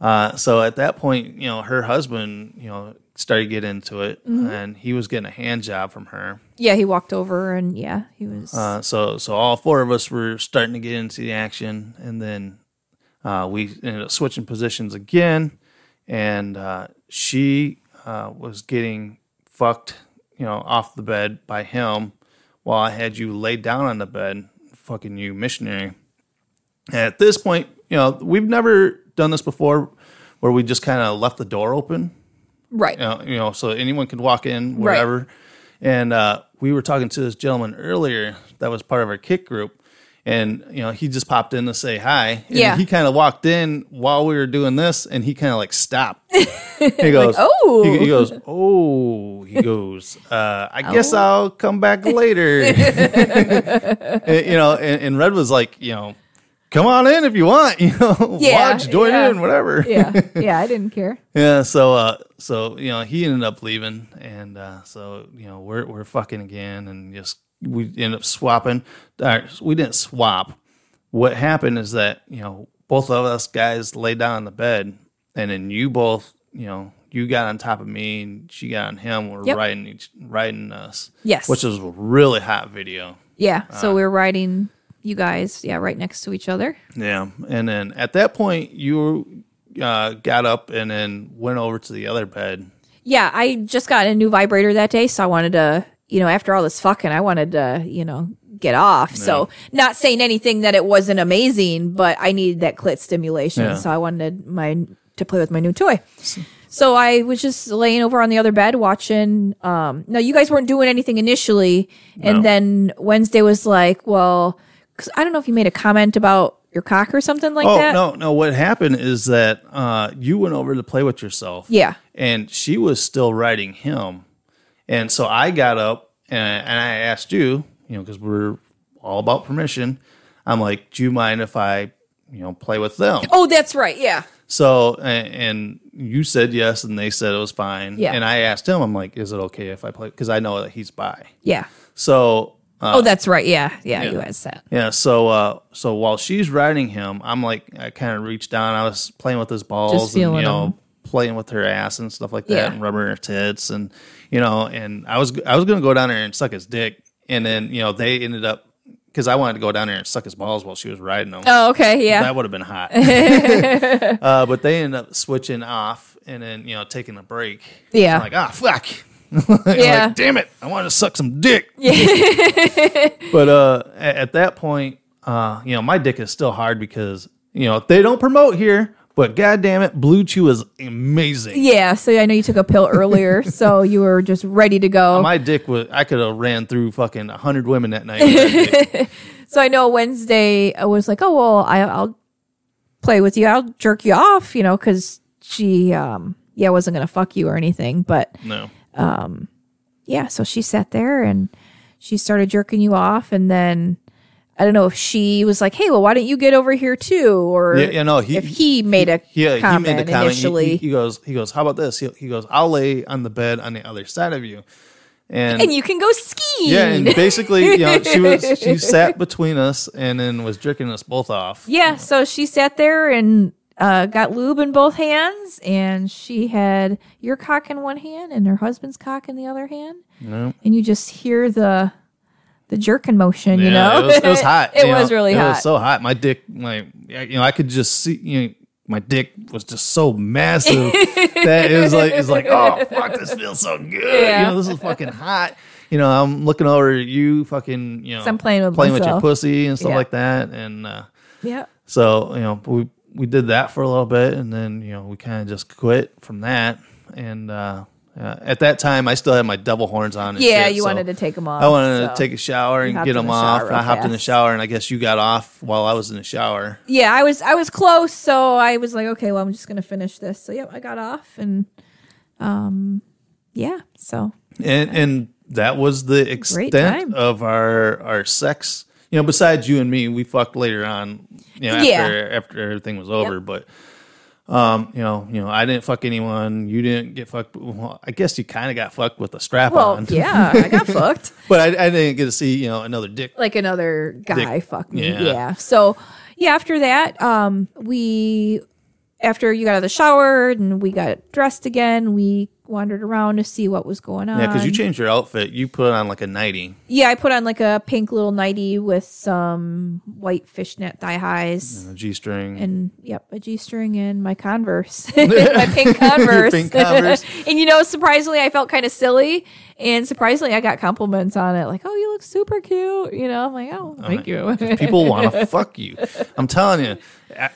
Speaker 2: Uh, so at that point, you know, her husband, you know, started to get into it, and he was getting a hand job from her.
Speaker 3: Yeah, he walked over, and yeah, he was.
Speaker 2: Uh, so, so all four of us were starting to get into the action, and then uh, we ended up switching positions again, and uh, she uh, was getting fucked, you know, off the bed by him, while I had you laid down on the bed, fucking you missionary. And at this point, you know, we've never done this before, where we just kind of left the door open
Speaker 3: right.
Speaker 2: you know, Uh, you know, so anyone could walk in wherever. And uh, we were talking to this gentleman earlier that was part of our kick group, and you know, he just popped in to say hi. And
Speaker 3: Yeah.
Speaker 2: he kind of walked in while we were doing this, and he kind of like stopped. He goes,
Speaker 3: oh. Oh.
Speaker 2: he, he goes, oh, he goes. Uh, I guess I'll come back later. And, you know, and, and Red was like, you know, come on in if you want. You know,
Speaker 3: Yeah,
Speaker 2: watch, join
Speaker 3: yeah.
Speaker 2: in, whatever.
Speaker 3: yeah, yeah, I didn't care.
Speaker 2: Yeah, so uh so you know, he ended up leaving and uh so you know, we're we're fucking again and just we end up swapping. Uh, we didn't swap. What happened is that, you know, both of us guys lay down on the bed and then you both, you know, you got on top of me and she got on him. We're
Speaker 3: Yep.
Speaker 2: riding each riding us.
Speaker 3: Yes.
Speaker 2: Which was a really hot video.
Speaker 3: Yeah,
Speaker 2: Uh,
Speaker 3: so we were riding you guys, yeah, right next to each other.
Speaker 2: Yeah, and then at that point you uh, got up and then went over to the other bed.
Speaker 3: Yeah, I just got a new vibrator that day, so I wanted to, you know, after all this fucking, I wanted to, you know, get off. So, not saying anything that it wasn't amazing, but I needed that clit stimulation,
Speaker 2: Yeah.
Speaker 3: so I wanted my to play with my new toy. So I was just laying over on the other bed watching. Um, no, you guys weren't doing anything initially, and then Wednesday was like, well, 'cause I don't know if you made a comment about your cock or something like
Speaker 2: Oh
Speaker 3: that.
Speaker 2: no, no! What happened is that uh, you went over to play with yourself.
Speaker 3: Yeah.
Speaker 2: and she was still riding him, and so I got up and, and I asked you, you know, because we're all about permission. I'm like, do you mind if I, you know, play with them?
Speaker 3: Oh, that's right. Yeah.
Speaker 2: So and, and you said yes, and they said it was fine.
Speaker 3: Yeah.
Speaker 2: and I asked him, I'm like, is it okay if I play? Because I know that he's bi.
Speaker 3: Yeah.
Speaker 2: So
Speaker 3: oh, that's right. Yeah. Yeah. You guys said.
Speaker 2: Uh, Yeah, so uh, so while she's riding him, I'm like I kind of reached down. I was playing with his balls,
Speaker 3: Just
Speaker 2: and you
Speaker 3: feeling
Speaker 2: know,
Speaker 3: him.
Speaker 2: playing with her ass and stuff like that,
Speaker 3: Yeah.
Speaker 2: and rubbing her tits, and you know, and I was I was gonna go down there and suck his dick, and then you know they ended up because I wanted to go down there and suck his balls while she was riding him.
Speaker 3: Oh, okay. Yeah.
Speaker 2: That would have been hot. uh, but they ended up switching off and then you know taking a break.
Speaker 3: Yeah.
Speaker 2: I'm like ah fuck. Like,
Speaker 3: Yeah.
Speaker 2: damn it! I wanted to suck some dick. but uh, a- at, that point, uh, you know, my dick is still hard because you know they don't promote here. But god damn it, Blue Chew is amazing.
Speaker 3: Yeah, so I know you took a pill earlier, so you were just ready to go.
Speaker 2: My dick was I could have ran through fucking hundred women that night. with that dick.
Speaker 3: so I know Wednesday I was like, oh well, I, I'll play with you. I'll jerk you off, you know, because she, um, yeah, wasn't gonna fuck you or anything, but
Speaker 2: no.
Speaker 3: yeah, so she sat there and she started jerking you off, and then I don't know if she was like, "Hey, well, why don't you get over here too?" Or
Speaker 2: Yeah, you know, he-
Speaker 3: if he made a
Speaker 2: Yeah,
Speaker 3: comment
Speaker 2: he made a comment. He-
Speaker 3: initially,
Speaker 2: He, he goes, he goes, how about this? He, he goes, I'll lay on the bed on the other side of you, and,
Speaker 3: and you can go skiing.
Speaker 2: yeah, and basically, you know, she was she sat between us and then was jerking us both off.
Speaker 3: Yeah, so she sat there and uh, got lube in both hands, and she had your cock in one hand and her husband's cock in the other hand. And you just hear the the jerking motion, you
Speaker 2: Yeah,
Speaker 3: know?
Speaker 2: it was, it was hot.
Speaker 3: it
Speaker 2: you
Speaker 3: was
Speaker 2: know?
Speaker 3: really
Speaker 2: it
Speaker 3: hot.
Speaker 2: was so hot. My dick, my you know, I could just see you. Know, my dick was just so massive that it was like it's like oh fuck, this feels so good.
Speaker 3: Yeah.
Speaker 2: You know, this is fucking hot. You know, I'm looking over at you, fucking you know,
Speaker 3: So I'm playing with
Speaker 2: playing with your
Speaker 3: myself.
Speaker 2: pussy and stuff
Speaker 3: Yeah.
Speaker 2: like that, and. uh
Speaker 3: yeah.
Speaker 2: So, you know, we we did that for a little bit and then, you know, we kind of just quit from that. And uh, uh at that time I still had my double horns on and
Speaker 3: Yeah,
Speaker 2: shit,
Speaker 3: you
Speaker 2: so
Speaker 3: wanted to take them off.
Speaker 2: I wanted to
Speaker 3: so-
Speaker 2: take a shower and
Speaker 3: hopped
Speaker 2: get
Speaker 3: in
Speaker 2: them
Speaker 3: the
Speaker 2: off.
Speaker 3: shower
Speaker 2: and I
Speaker 3: real
Speaker 2: hopped in the
Speaker 3: fast.
Speaker 2: shower and I guess you got off while I was in the shower.
Speaker 3: Yeah, I was I was close, so I was like, okay, well, I'm just gonna finish this. So yep, I got off and um yeah, so
Speaker 2: And and that was the
Speaker 3: time.
Speaker 2: extent of our our sex. You know, besides you and me, we fucked later on, you know, after
Speaker 3: Yeah.
Speaker 2: after everything was over, but um, you know, you know, I didn't fuck anyone. You didn't get fucked. Well, I guess you kind of got fucked with a strap
Speaker 3: well,
Speaker 2: on.
Speaker 3: yeah, I got fucked.
Speaker 2: But I, I didn't get to see, you know, another dick.
Speaker 3: like another guy
Speaker 2: Dick.
Speaker 3: fuck me.
Speaker 2: Yeah.
Speaker 3: Yeah. So yeah, after that, um, we after you got out of the shower and we got dressed again, we wandered around to see what was going on.
Speaker 2: Yeah, because you changed your outfit. You put on like a nightie.
Speaker 3: Yeah, I put on like a pink little nightie with some white fishnet thigh highs.
Speaker 2: A G string.
Speaker 3: And yep, a G string and my Converse, my pink Converse.
Speaker 2: pink Converse.
Speaker 3: and you know, surprisingly, I felt kind of silly, and surprisingly, I got compliments on it, like, "Oh, you look super cute." You know, I'm like, "Oh, thank you."
Speaker 2: People want to fuck you. I'm telling you,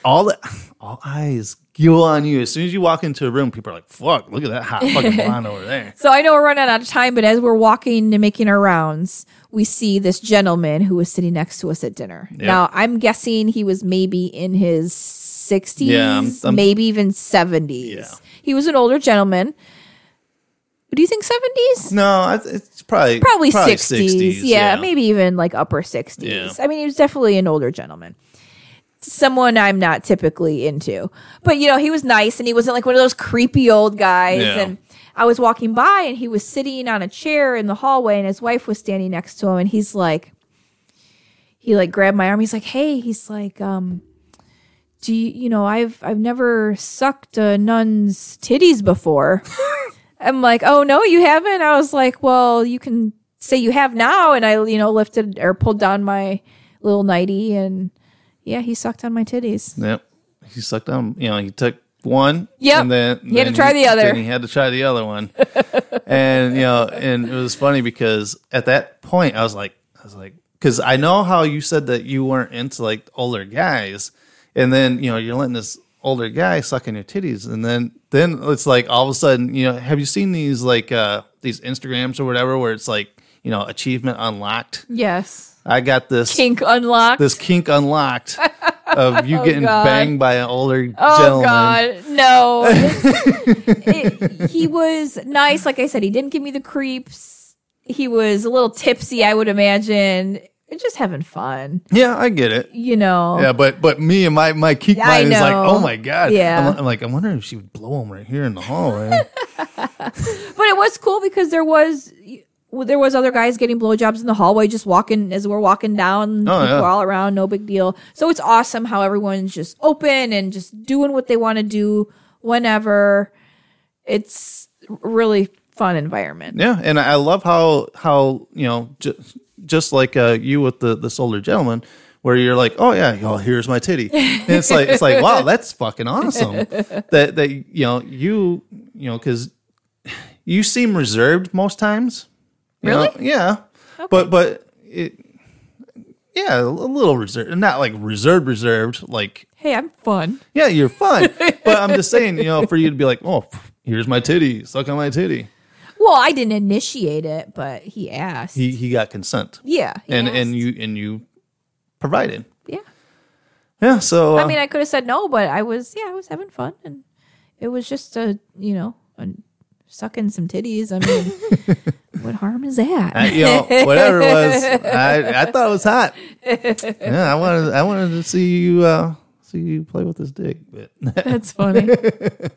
Speaker 2: all the all eyes gil on you. As soon as you walk into a room, people are like, "Fuck, look at that hot fucking blonde over there."
Speaker 3: So I know we're running out of time, but as we're walking and making our rounds, we see this gentleman who was sitting next to us at dinner. Now I'm guessing he was maybe in his 60s,
Speaker 2: Yeah, I'm- I'm-
Speaker 3: maybe even 70s.
Speaker 2: Yeah.
Speaker 3: He was an older gentleman. Do you think 70s?
Speaker 2: No, I th- it's probably
Speaker 3: Probably, 60s. Yeah, maybe even like upper 60s.
Speaker 2: Yeah.
Speaker 3: I mean, he was definitely an older gentleman. Someone I'm not typically into. But, you know, he was nice and he wasn't like one of those creepy old guys.
Speaker 2: Yeah.
Speaker 3: And I was walking by and he was sitting on a chair in the hallway and his wife was standing next to him. And he's like, he like grabbed my arm. He's like, hey, he's like, um, do you, you know, I've, I've never sucked a nun's titties before. I'm like, oh no, you haven't. I was like, well, you can say you have now. And I, you know, lifted or pulled down my little nightie, and yeah, he sucked on my titties.
Speaker 2: Yep. He sucked on. You know, he took one.
Speaker 3: Yep.
Speaker 2: And then
Speaker 3: He had to
Speaker 2: then
Speaker 3: try the other.
Speaker 2: Then he had to try the other one. and you know, and it was funny because at that point I was like, I was like, because I know how you said that you weren't into like older guys, and then you know you're letting this older guy suck on your titties, and then then it's like all of a sudden you know have you seen these like uh these Instagrams or whatever where it's like you know achievement unlocked.
Speaker 3: Yes,
Speaker 2: I got this
Speaker 3: kink unlocked.
Speaker 2: this kink unlocked of you getting
Speaker 3: Oh, God.
Speaker 2: banged by an older
Speaker 3: oh
Speaker 2: gentleman.
Speaker 3: God, no. It- he was nice, like I said. He didn't give me the creeps. He was a little tipsy, I would imagine, just having fun,
Speaker 2: Yeah, I get it.
Speaker 3: you know.
Speaker 2: Yeah, but but me and my my kink
Speaker 3: I
Speaker 2: mind is like,
Speaker 3: know.
Speaker 2: oh my god.
Speaker 3: Yeah.
Speaker 2: I'm, I'm like, I'm wondering if she would blow him right here in the hallway.
Speaker 3: But it was cool because there was well, there was other guys getting blowjobs in the hallway, just walking as we're walking down,
Speaker 2: Oh,
Speaker 3: people
Speaker 2: yeah.
Speaker 3: all around, no big deal. So it's awesome how everyone's just open and just doing what they want to do whenever. It's really fun environment.
Speaker 2: yeah, and I love how how you know just just like uh, you with the this older gentleman. Where you're like, oh yeah, oh here's my titty, and it's like it's like wow, that's fucking awesome. That that you know you you know because you seem reserved most times. you know?
Speaker 3: Really?
Speaker 2: Yeah. But but it yeah, a little reserved. Not like reserved reserved like
Speaker 3: Hey, I'm fun.
Speaker 2: yeah, you're fun. but I'm just saying, you know, for you to be like, "Oh, pff, here's my titty. Suck on my titty."
Speaker 3: Well, I didn't initiate it, but he asked.
Speaker 2: He he got consent.
Speaker 3: yeah, he
Speaker 2: and
Speaker 3: asked.
Speaker 2: and you and you provided.
Speaker 3: yeah.
Speaker 2: Yeah, so uh,
Speaker 3: I mean, I could have said no, but I was yeah, I was having fun, and it was just a you know a sucking some titties. I mean, what harm is that?
Speaker 2: I, you know, whatever it was, I, I thought it was hot. Yeah, I wanted I wanted to see you uh, see you play with this dick. But
Speaker 3: That's funny.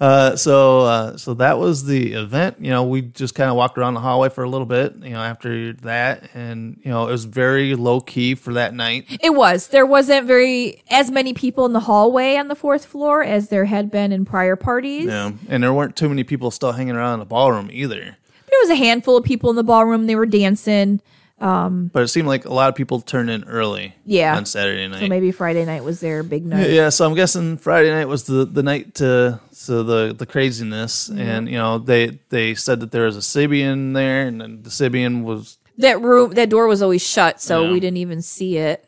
Speaker 2: uh, so uh, so that was the event. You know, we just kind of walked around the hallway for a little bit. You know, after that, and you know, it was very low key for that night.
Speaker 3: It was. There wasn't very as many people in the hallway on the fourth floor as there had been in prior parties.
Speaker 2: Yeah, and there weren't too many people still hanging around in the ballroom either.
Speaker 3: There was a handful of people in the ballroom. They were dancing.
Speaker 2: But it seemed like a lot of people turned in early.
Speaker 3: Yeah.
Speaker 2: on Saturday night.
Speaker 3: So maybe Friday night was their big night.
Speaker 2: Yeah, so I'm guessing Friday night was the, the night to so the the craziness, and you know they they said that there was a Sibian there, and then the Sibian was
Speaker 3: That room, that door was always shut, so
Speaker 2: Yeah.
Speaker 3: we didn't even see it.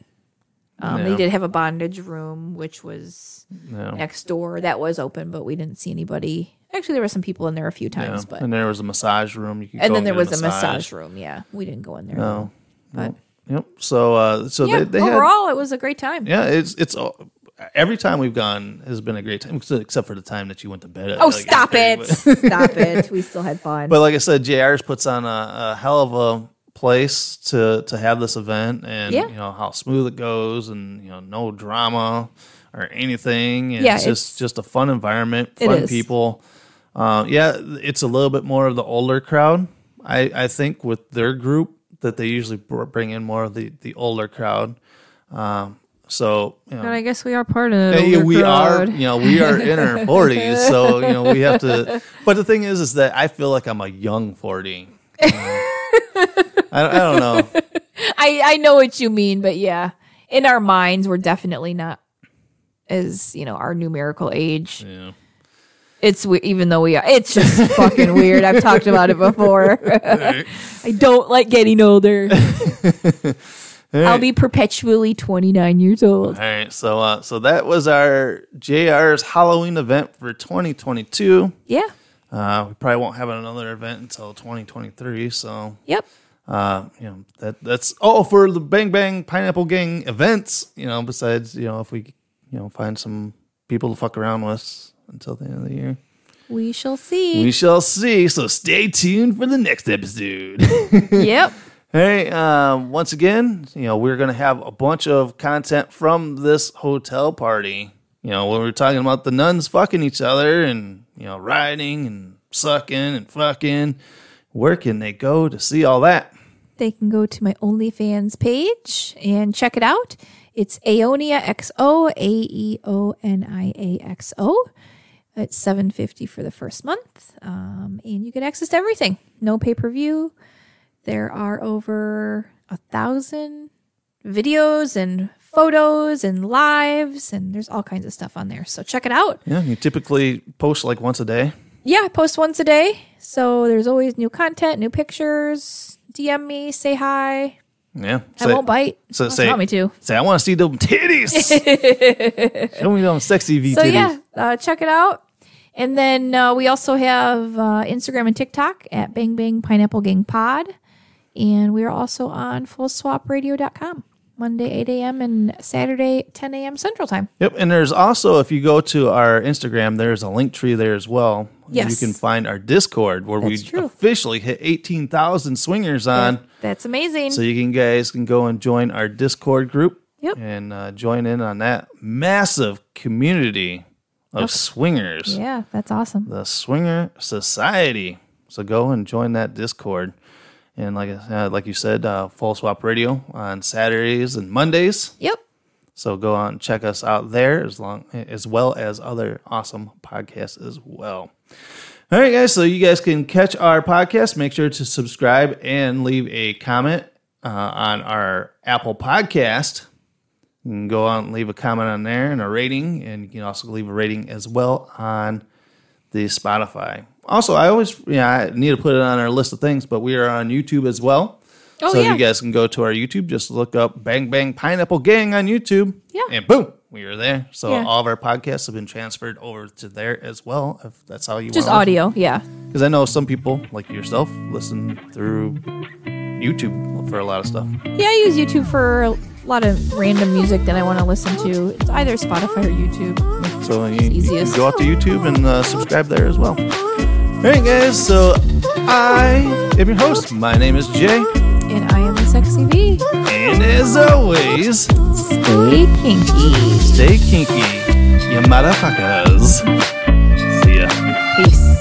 Speaker 3: Um,
Speaker 2: Yeah.
Speaker 3: They did have a bondage room, which was
Speaker 2: you know,
Speaker 3: next door. That was open, but we didn't see anybody. Actually, there were some people in there a few
Speaker 2: you know,
Speaker 3: times, but
Speaker 2: and there was a massage room. You could
Speaker 3: and
Speaker 2: go
Speaker 3: then
Speaker 2: and
Speaker 3: there
Speaker 2: get
Speaker 3: was a massage room. Yeah, we didn't go in there.
Speaker 2: No,
Speaker 3: but
Speaker 2: Yep. So uh, so
Speaker 3: yeah,
Speaker 2: they, they had
Speaker 3: overall, it was a great time.
Speaker 2: yeah, it's it's uh, every time we've gone has been a great time, except for the time that you went to bed. at,
Speaker 3: Oh,
Speaker 2: like,
Speaker 3: stop
Speaker 2: eight
Speaker 3: it!
Speaker 2: thirty, but-
Speaker 3: stop it! We still had fun.
Speaker 2: But like I said, JR's puts on a, a hell of a place to to have this event, and
Speaker 3: Yeah.
Speaker 2: you know how smooth it goes, and you know no drama or anything. And
Speaker 3: Yeah,
Speaker 2: it's
Speaker 3: it's-
Speaker 2: just just a fun environment,
Speaker 3: It
Speaker 2: fun
Speaker 3: is.
Speaker 2: people. Uh, yeah, it's a little bit more of the older crowd. I I think with their group that they usually br- bring in more of the the older crowd. Um, so you know,
Speaker 4: But I guess we are part of it.
Speaker 2: yeah, we are, you know, we are in our forties, so you know, we have to. But the thing is, is that I feel like I'm a young forty. Uh, I, I don't know.
Speaker 3: I I know what you mean, but yeah, in our minds, we're definitely not as you know our numerical age.
Speaker 2: Yeah.
Speaker 3: It's we- even though we are, it's just fucking weird. I've talked about it before. I don't like getting older. I'll be perpetually twenty nine years old.
Speaker 2: All right, so uh, so that was our JR's Halloween event for 2022.
Speaker 3: Yeah.
Speaker 2: Uh, we probably won't have another event until 2023. So
Speaker 3: Yep.
Speaker 2: uh, you know that that's all for the Bang Bang Pineapple Gang events. You know, besides you know if we you know find some people to fuck around with until the end of the year.
Speaker 3: We shall see.
Speaker 2: We shall see. So stay tuned for the next episode.
Speaker 3: yep.
Speaker 2: hey, um, once again, you know, we're going to have a bunch of content from this hotel party. You know, when we were talking about the nuns fucking each other and, you know, riding and sucking and fucking, where can they go to see all that?
Speaker 3: they can go to my OnlyFans page and check it out. It's Aonia XO, A E O N I A X O. It's seven fifty for the first month, um, and you get access to everything. No pay per view. There are over a thousand videos and photos and lives, and there's all kinds of stuff on there. So check it out.
Speaker 2: Yeah, you typically post like once a day.
Speaker 3: Yeah, I post once a day, so there's always new content, new pictures. DM me, say hi.
Speaker 2: Yeah.
Speaker 3: I won't bite.
Speaker 2: So
Speaker 3: Unless you
Speaker 2: say,
Speaker 3: want me to.
Speaker 2: say, I want to see them titties. Show me them sexy V
Speaker 3: So
Speaker 2: titties.
Speaker 3: yeah, uh, check it out. And then uh, we also have uh, Instagram and TikTok at Bang Bang Pineapple Gang Pod, and we are also on FullSwapRadio.com Monday 8 a.m. and Saturday 10 a.m. Central Time.
Speaker 2: Yep, and there's also if you go to our Instagram, there's a link tree there as well.
Speaker 3: Yes.
Speaker 2: you can find our Discord where we
Speaker 3: That's true.
Speaker 2: officially hit eighteen thousand swingers on.
Speaker 3: That's amazing.
Speaker 2: So you can guys can go and join our Discord group
Speaker 3: Yep.
Speaker 2: and uh, join in on that massive community of swingers,
Speaker 3: yeah, that's awesome.
Speaker 2: the Swinger Society. So go and join that Discord. And like I- uh, like you said, uh, Full Swap Radio on Saturdays and Mondays.
Speaker 3: Yep.
Speaker 2: So go out and check us out there as long as well as other awesome podcasts as well. All right, guys. So you guys can catch our podcast. Make sure to subscribe and leave a comment uh, on our Apple podcast. You can go out and leave a comment on there and a rating, and you can also leave a rating as well on the Spotify. Also, I always yeah I need to put it on our list of things, but we are on YouTube as well.
Speaker 3: Oh,
Speaker 2: so
Speaker 3: yeah.
Speaker 2: you guys can go to our YouTube, just look up Bang Bang Pineapple Gang on YouTube.
Speaker 3: Yeah.
Speaker 2: And boom, we are there. So
Speaker 3: Yeah.
Speaker 2: all of our podcasts have been transferred over to there as well, if that's how you
Speaker 3: Just
Speaker 2: wanna listen.
Speaker 3: audio. Yeah.
Speaker 2: Because I know some people, like yourself, listen through YouTube for a lot of stuff.
Speaker 3: Yeah, I use YouTube for a lot of random music that I want to listen to. It's either Spotify or YouTube.
Speaker 2: So you, you can
Speaker 3: easiest.
Speaker 2: go out to YouTube and uh, subscribe there as well. Alright, guys, so I am your host. My name is Jay.
Speaker 3: And I am the Sexy V.
Speaker 2: And as always,
Speaker 3: Stay kinky.
Speaker 2: stay kinky, you motherfuckers. See ya.
Speaker 3: Peace.